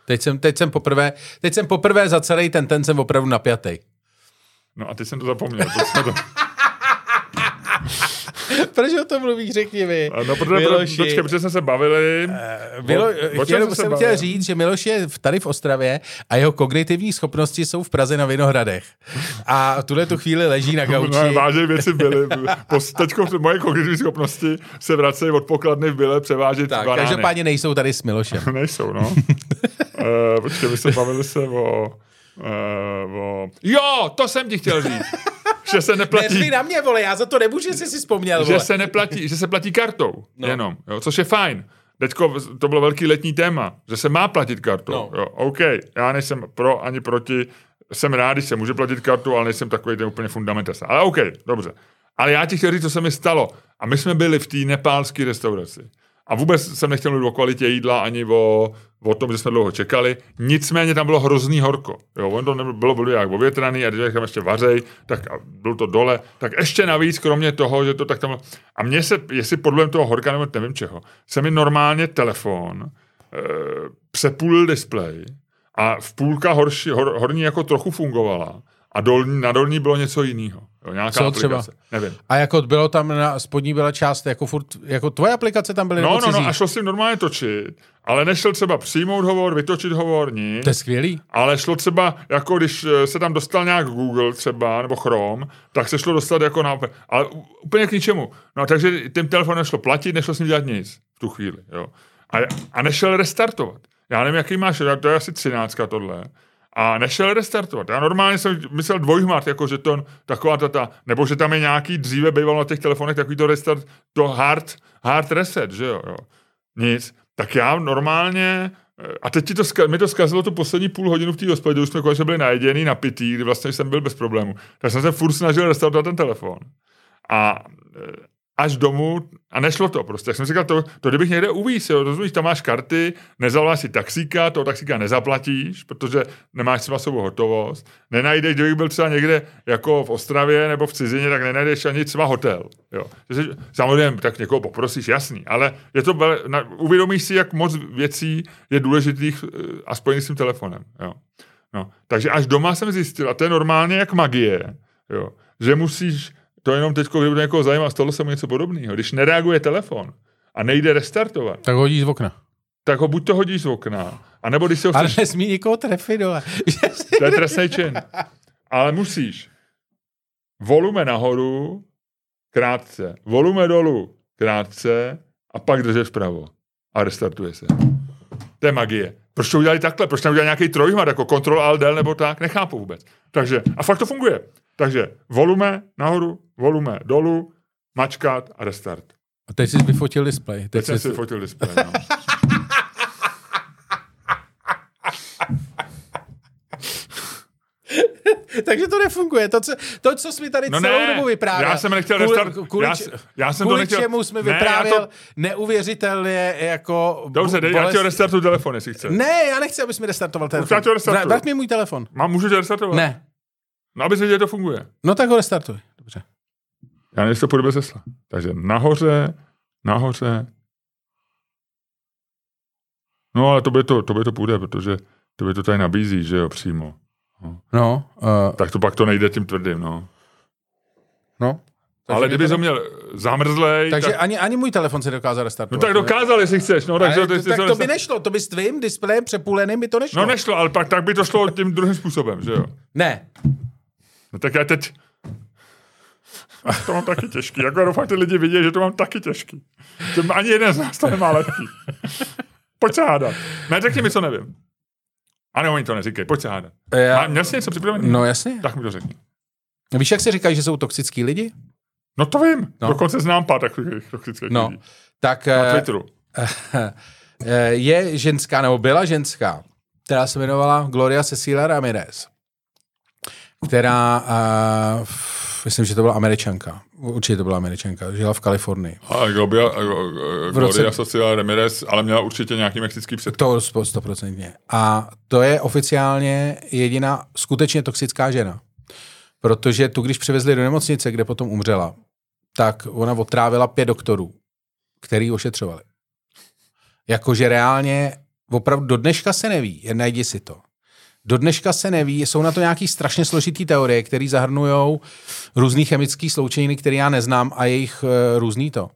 Teď jsem, teď jsem poprvé, teď jsem poprvé za celý ten, ten jsem opravdu napjatý. no a teď jsem to zapomněl. protože jsme to, Proč o tom mluvíš, řekni mi. no, protože, Miloši. Eh, protože, počkej, protože jsme se bavili. Milo, o čem chtěl, jsi se jsem bavil? chtěl říct, že Miloš je v- tady v Ostravě a jeho kognitivní schopnosti jsou v Praze na Vinohradech. A v tuhle tu chvíli leží na No, gauči. vážné věci byly. Teďko moje kognitivní schopnosti se vracejí od pokladny v Bile převážet Tak, banány. každopádně nejsou tady s Milošem. Eh, Nejsou, no. uh, počkej, my jsme bavili se o... Uh, o... Jo, to jsem ti chtěl říct. že se neplatí, Neřvi na mě, vole, já za to nemůžu, že jsi si vzpomněl, že vole. se, neplatí, že se platí kartou. No. Jenom, jo, což je fajn. Teďko v- to bylo velký letní téma, že se má platit kartou. No. No. Jo, OK, já nejsem pro ani proti, jsem rád, když se může platit kartou, ale nejsem takový ten úplně fundamentista. Ale OK, dobře. Ale já ti chtěl říct, co se mi stalo. A my jsme byli v té nepálské restauraci. A vůbec jsem nechtěl mluvit o kvalitě jídla ani o, o tom, že jsme dlouho čekali. Nicméně tam bylo hrozný horko. Jo, on to nebylo, bylo, bylo jak ovětraný a když tam ještě vařej, tak a byl to dole. Tak ještě navíc, kromě toho, že to tak tam... A mně se, jestli podle toho horka nebo nevím čeho, se mi normálně telefon eh, přepůlil displej a v půlka horší, hor, horní jako trochu fungovala a dolní, na dolní bylo něco jiného. Jo, nějaká Co třeba? aplikace. Nevím. A jako bylo tam, na spodní byla část, jako furt, jako tvoje aplikace tam byly No, nebo no, cizí? no, a šlo s tím normálně točit, ale nešel třeba přijmout hovor, vytočit hovor, nic. To je skvělý. Ale šlo třeba, jako když eh, se tam dostal nějak Google třeba, nebo Chrome, tak se šlo dostat jako na... Ale ú- úplně k ničemu. No a takže tím telefonem nešlo platit, nešlo s ním dělat nic v tu chvíli. Jo. A, a nešel restartovat. Já nevím, jaký máš, já- to je asi třináctka tohle. A nešel restartovat. Já normálně jsem myslel dvojhmat, jako že to taková ta, ta, nebo že tam je nějaký, dříve bývalo na těch telefonech takový to restart, to hard, hard reset, že jo. jo. Nic. Tak já normálně, eh, a teď ti to, zka- mi to zkazilo tu poslední půl hodinu v té hospodě, už jsme konečně byli najeděný, napitý, kdy vlastně jsem byl bez problému. Tak jsem se furt snažil restartovat ten telefon. A eh, až domů, a nešlo to prostě. Jak jsem si říkal, to, to kdybych někde uvíz, jo, rozumíš, tam máš karty, nezavoláš si taxíka, toho taxíka nezaplatíš, protože nemáš třeba sebou hotovost. Nenajdeš, kdybych byl třeba někde jako v Ostravě nebo v cizině, tak nenajdeš ani třeba hotel. Jo. Že si- Samozřejmě tak někoho poprosíš, jasný, ale je to, vel- na, uvědomíš si, jak moc věcí je důležitých eh, a spojených s tím telefonem. Jo. No. Takže až doma jsem zjistil, a to je normálně jak magie, jo, že musíš, to jenom teď, kdyby to někoho zajímá, stalo se mu něco podobného. Když nereaguje telefon a nejde restartovat, Tak hodíš z okna. tak ho buď to hodíš z okna, anebo když se ho Ale chceš, nesmí nikoho trefit, dole. to je trestný čin. Ale musíš. Volume nahoru, krátce. Volume dolů, krátce. A pak držeš vpravo. A restartuje se. To je magie. Proč to udělali takhle? Proč tam udělali nějaký trojhmat, jako kontrol al del nebo tak? Nechápu vůbec. Takže, a fakt to funguje. Takže volume nahoru, volume dolů, mačkat a restart. A teď jsi vyfotil displej. Teď jsem si fotil displej. No. Takže to nefunguje. To, co, to, co jsi mi tady No celou ne, dobu vyprávěl. já jsem nechtěl kvůli, restart- kvůli, já č- s- já jsem to kvůli nechtěl- čemu jsi mi Ne, já vyprávěl to- neuvěřitelně jako... Dobře, dej, já bolest- ti ho restartuju telefon, jestli chceš. Ne, já nechci, abys mi restartoval telefon. já ti ho restartuju. Vra- Vrať mi můj telefon. Mám, můžu tě restartovat? Ne. No, abys věděl, jak to funguje. No tak ho restartuj. Dobře. Já nevím, jestli to půjde bez hesla. Takže nahoře, nahoře. No ale to by to, to, by to půjde, protože to by to tady nabízí, že jo, přímo. No, uh, Tak to pak to nejde tím tvrdým, no. no. Takže mi ale kdyby to- to měl zamrzlej, Takže tak, ani, ani můj telefon se dokázal restartovat. no tak dokázal, jestli chceš. No, takže, Ale, to, jestli tak to by nesta- nešlo, to by s tvým displejem přepůleným by to nešlo. No nešlo, ale pak tak by to šlo tím druhým způsobem, že jo. ne. No tak já teď... To mám taky těžký. Jako já doufám, ty lidi vidí, že to mám taky těžký. Že ani jeden z nás to nemá lehký. Pojď se hádat. Ne, řekni mi, co nevím. A ne, oni to neříkají, pojď se hádat. Já- Já... Měl jsi něco připravený? No jasně. Tak mi to řekni. Víš, jak se říkají, že jsou toxický lidi? No to vím. No. No. Dokonce znám pár takových toxických No. lidí. Tak Mhm. Na eh, Twitteru. eh, je ženská, nebo byla ženská, která se jmenovala Gloria Cecilia Ramirez, která, eh, f- myslím, že to byla američanka, určitě to byla američanka, žila v Kalifornii. A Globia, roce- Gloria Social Ramirez, ale měla určitě nějaký mexický před. To spo- stoprocentně. A to je oficiálně jediná skutečně toxická žena. Protože tu, když přivezli do nemocnice, kde potom umřela, tak ona otrávila pět doktorů, který ji ošetřovali. Jakože reálně, opravdu do dneška se neví, jen najdi si to. Do dneška se neví, jsou na to nějaký strašně složitý teorie, které zahrnují různé chemické sloučeniny, které já neznám a jejich eh, různý to.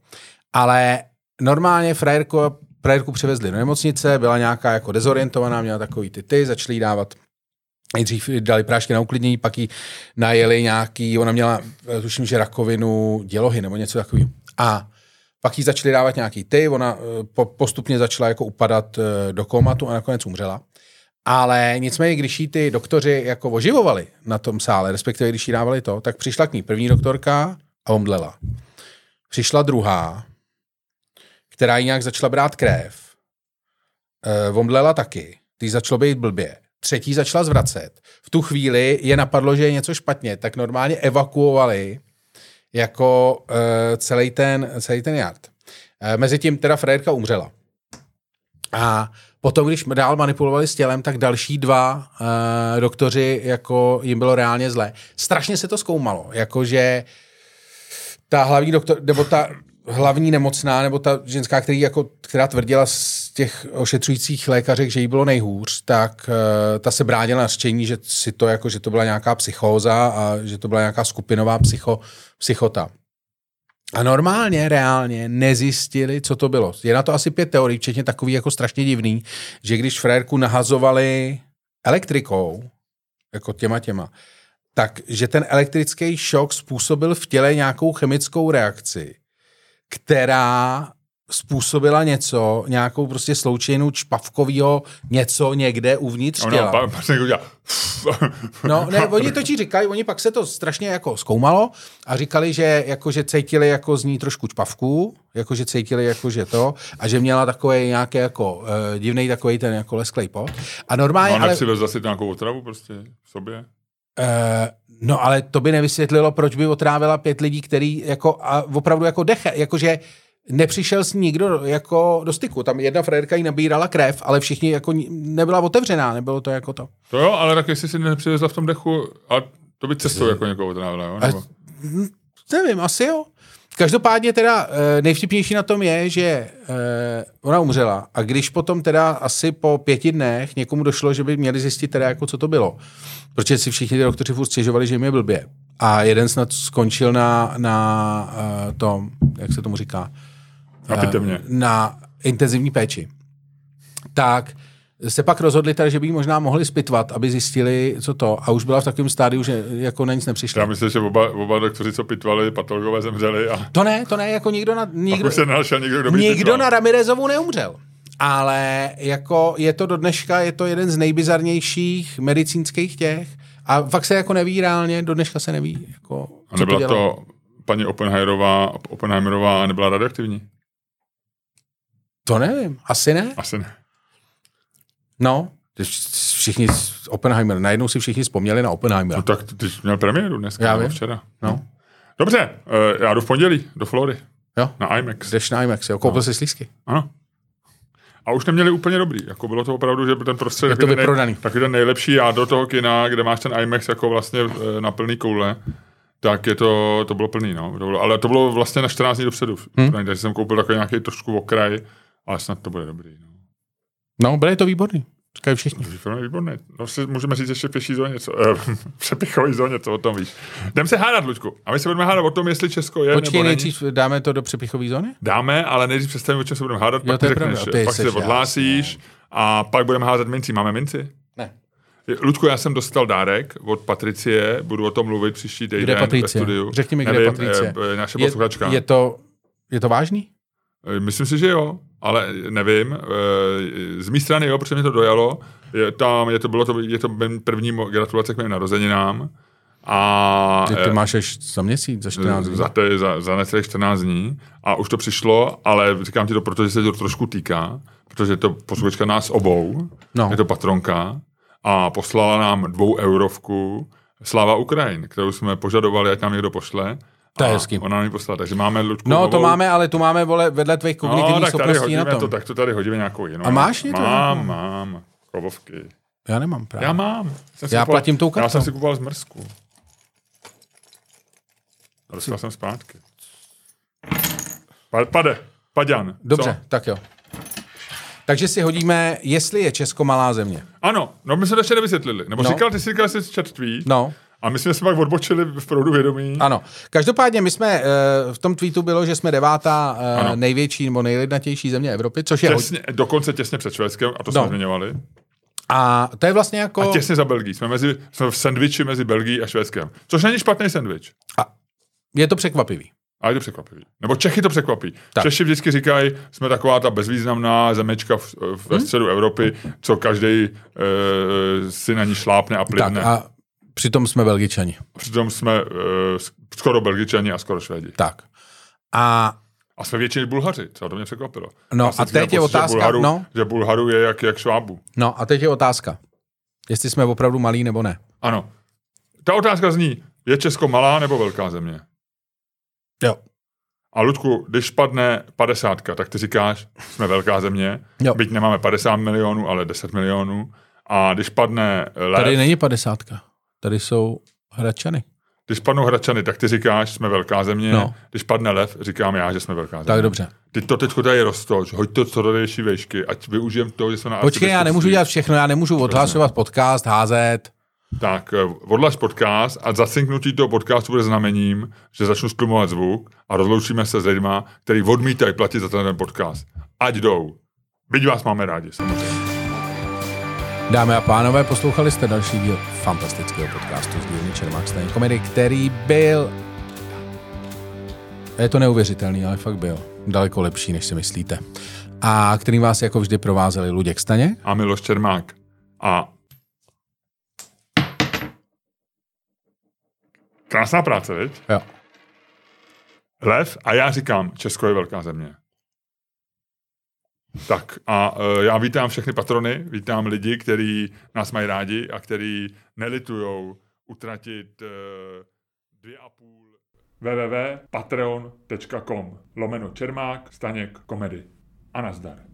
Ale normálně frajerku, frajerku přivezli do nemocnice, byla nějaká jako dezorientovaná, měla takový ty ty, začali jí dávat Nejdřív jí dali prášky na uklidnění, pak jí najeli nějaký, ona měla, eh, tuším, že rakovinu dělohy nebo něco takového. A pak jí začali e, dávat nějaký ty, ona eh, po- postupně začala jako upadat eh, do komatu a nakonec umřela. Ale nicméně, když jí ty doktoři jako oživovali na tom sále, respektive když jí dávali to, tak přišla k ní první doktorka a omdlela. Přišla druhá, která jí nějak začala brát krev. E, omdlela taky. Ty začalo být blbě. Třetí začala zvracet. V tu chvíli je napadlo, že je něco špatně, tak normálně evakuovali jako e, celý ten, celý ten jard. E, Mezitím teda frajerka umřela. A potom, když dál manipulovali s tělem, tak další dva uh, doktoři, jako jim bylo reálně zle. Strašně se to zkoumalo, jakože ta hlavní doktor, nebo ta hlavní nemocná, nebo ta ženská, který jako, která tvrdila z těch ošetřujících lékařek, že jí bylo nejhůř, tak eh, ta se bránila řečení, že si to jako, že to byla nějaká psychóza a že to byla nějaká skupinová psycho, psychota. A normálně, reálně nezjistili, co to bylo. Je na to asi pět teorií, včetně takový jako strašně divný, že když frérku nahazovali elektrikou, jako těma těma, tak že ten elektrický šok způsobil v těle nějakou chemickou reakci, která způsobila něco, nějakou prostě sloučeninu čpavkového něco někde uvnitř Ona těla. pa, pa, se někdo dělá. No, ne, oni to ti říkali, oni pak se to strašně jako zkoumalo a říkali, že jako, že cítili jako z ní trošku čpavku, jako, že cítili jako, že to, a že měla takový nějaký jako uh, divný takový ten jako lesklej pot. A normálně, No, no, ale, nepřivez zase nějakou otravu prostě v sobě. uh, no, ale to by nevysvětlilo, proč by otrávila pět lidí, který jako a opravdu jako deche, jakože nepřišel s ní nikdo jako do styku. Tam jedna frérka jí nabírala krev, ale všichni jako ni- nebyla otevřená, nebylo to jako to. To jo, ale tak jestli si nepřivezla v tom dechu, a to by cestou jako někoho otrávila, jo? Nebo? Nevím, asi jo. Každopádně teda eh, nejvtipnější na tom je, že eh, ona umřela a když potom teda asi po pěti dnech někomu došlo, že by měli zjistit teda jako co to bylo, protože si všichni ty doktoři furt stěžovali, že jim je blbě. A jeden snad skončil na, na eh, tom, jak se tomu říká, Napijte mě. na intenzivní péči. Tak se pak rozhodli teda, že by ji možná mohli spitvat, aby zjistili, co to. A už byla v takovém stádiu, že jako na nic nepřišla. Já myslím, že oba, oba doktoři, co pitvali, patologové zemřeli a To ne, to ne, jako nikdo na... Nikdo, Nikdo, pak už se nenašel někdo, kdo by Nikdo pitval. na Ramirezovu neumřel. Ale jako je to do dneška, je to jeden z nejbizarnějších medicínských těch. A fakt se jako neví reálně, do dneška se neví, jako, A co to nebyla dělalo. to paní Oppenheimerová, Oppenheimerová nebyla radioaktivní? To nevím, asi ne. Asi ne. No, všichni, s- Oppenheimer, najednou si všichni vzpomněli na Oppenheimera. No tak ty jsi měl premiéru dneska, Já nebo vím. včera. No, Dobře, eh, já jdu v pondělí do Flory, jo, na IMAX. jdeš na IMAX, jo, No. koupil jsi slízky. Ano. A už neměli úplně dobrý. Jako bylo to opravdu, že ten prostředek to takový ten vyprodaný. takový ten nejlepší a do toho kina, kde máš ten IMAX jako vlastně eh, na plný koule, tak je to, to bylo plný, no. To bylo, ale to bylo vlastně na 14 dní dopředu. Hm? Hmm. Takže jsem koupil takový nějaký trošku okraj, ale snad to bude dobrý. No. No, bude to výborný, říkají všichni. Druhý film je výborný. No, si můžeme říct ještě v pěší zóně, co, eh, přepichové zóně, co o tom víš. Jdem se hádat, Luďku. A my se budeme hádat o tom, jestli Česko je Počkej, nebo není. nejdřív dáme to do přepichové zóny? Dáme, ale nejdřív představím, o čem se budeme hádat, Jo, pak to mi je řekneš, pravda, ty pak se seš odhlásíš a pak budeme házet minci. Máme minci? Ne. Ludku, já jsem dostal dárek od Patricie, budu o tom mluvit příští týden Kde je ve Patricie? studiu. Řekni mi, kde je Nevím, Patricie. eh, eh, Naše Je, posluchačka. je, to, je to vážný? Eh, Myslím si, že jo, ale nevím. Eh, Z mé strany jo, protože mě to dojalo. Je, tam, je to, bylo to, je to mým první mo- gratulace k mým narozeninám. A Ty eh, to máš až za měsíc, za 14 dní. za, te, za, za necelých 14 dní a už to přišlo, ale říkám ti to, protože se to trošku týká, protože je to posluchačka nás obou, No. je to patronka a poslala nám dvou eurovku Slava Ukrajin, kterou jsme požadovali, ať nám někdo pošle. To je A hezký. Ona nám ji poslala, takže máme Ludku No, to novou- No, máme, ale tu máme, vole, vedle tvých kognitivních tak tady schopností hodíme na tom. to, To tak to tady hodíme nějakou jinou. A máš něco? Mám, mám. Kovovky. Já nemám právě. Já mám. Jsem si Já platím tou Já kartou. jsem si kupoval zmrzku. A Dostal jsem zpátky. Pa- Pade, Paďan. Dobře, Co? tak jo. Takže si hodíme, jestli je Česko malá země. Ano, no my jsme to ještě nevysvětlili. Nebo No. no. říkal, ty jsi říkal, že jsi čertví. No. A my jsme se pak odbočili v proudu vědomí. Ano. Každopádně my jsme, eh, v tom tweetu bylo, že jsme devátá eh, Ano. největší nebo nejlidnatější země Evropy, což je hodně. Těsně, dokonce těsně před Švédskem, a to No. jsme zmiňovali. A to je vlastně jako... A těsně za Belgií. Jsme, mezi, jsme v sandviči mezi Belgií a Švédskem. Což není špatný sandvič. Je to překvapivý. A je to překvapivý. Nebo Čechy to překvapí. Tak. Češi vždycky říkají, jsme taková ta bezvýznamná zemečka v, v, Hmm? ve středu Evropy, co každý e, si na ní šlápne a Tak plivne. a přitom jsme Belgičani. Přitom jsme e, skoro Belgičani a skoro Švédi. Tak. A A jsme většině Bulhaři, co to mě překvapilo. No Já jsem a si měl teď je pocit, že otázka, Bulharu, no. Že Bulharu je jak, jak Švábu. No a teď je otázka. Jestli jsme opravdu malí nebo ne. Ano. Ta otázka zní, je Česko malá nebo velká země? Jo. A Ludku, když padne 50, tak ty říkáš, jsme velká země, Jo. byť nemáme 50 milionů, ale 10 milionů. A když padne eh, lev, Tady není padesátka. Tady jsou hračany. když padnou hračany, tak ty říkáš, jsme velká země. No. Když padne lev, říkám já, že jsme velká země. Tak dobře. Ty to teď tady roztoč, hoď to co do nejvyšší vejšky, ať využijem to, že jsme na Počkej, já nemůžu arcibiskupství. dělat všechno, já nemůžu odhlasovat podcast, házet. Tak, eh, odlaž podcast a zacinknutí toho podcastu bude znamením, že začnu stlumovat zvuk a rozloučíme se s lidma, který odmítají platit za ten podcast. Ať jdou. Byť vás máme rádi, samozřejmě. Dámy a pánové, poslouchali jste další díl fantastického podcastu z dílny Čermák Stejný komedy, který byl... Je to neuvěřitelný, ale fakt byl. Daleko lepší, než si myslíte. A který vás jako vždy provázeli Luděk Staněk. A Miloš Čermák. A Krásná práce, viď? Jo. Lev a já říkám, Česko je velká země. Tak a e, já vítám všechny patrony, vítám lidi, kteří nás mají rádi a kteří nelitujou utratit e, dvě a půl www.patreon.com lomeno Čermák, Staněk, Komedy. A nazdar.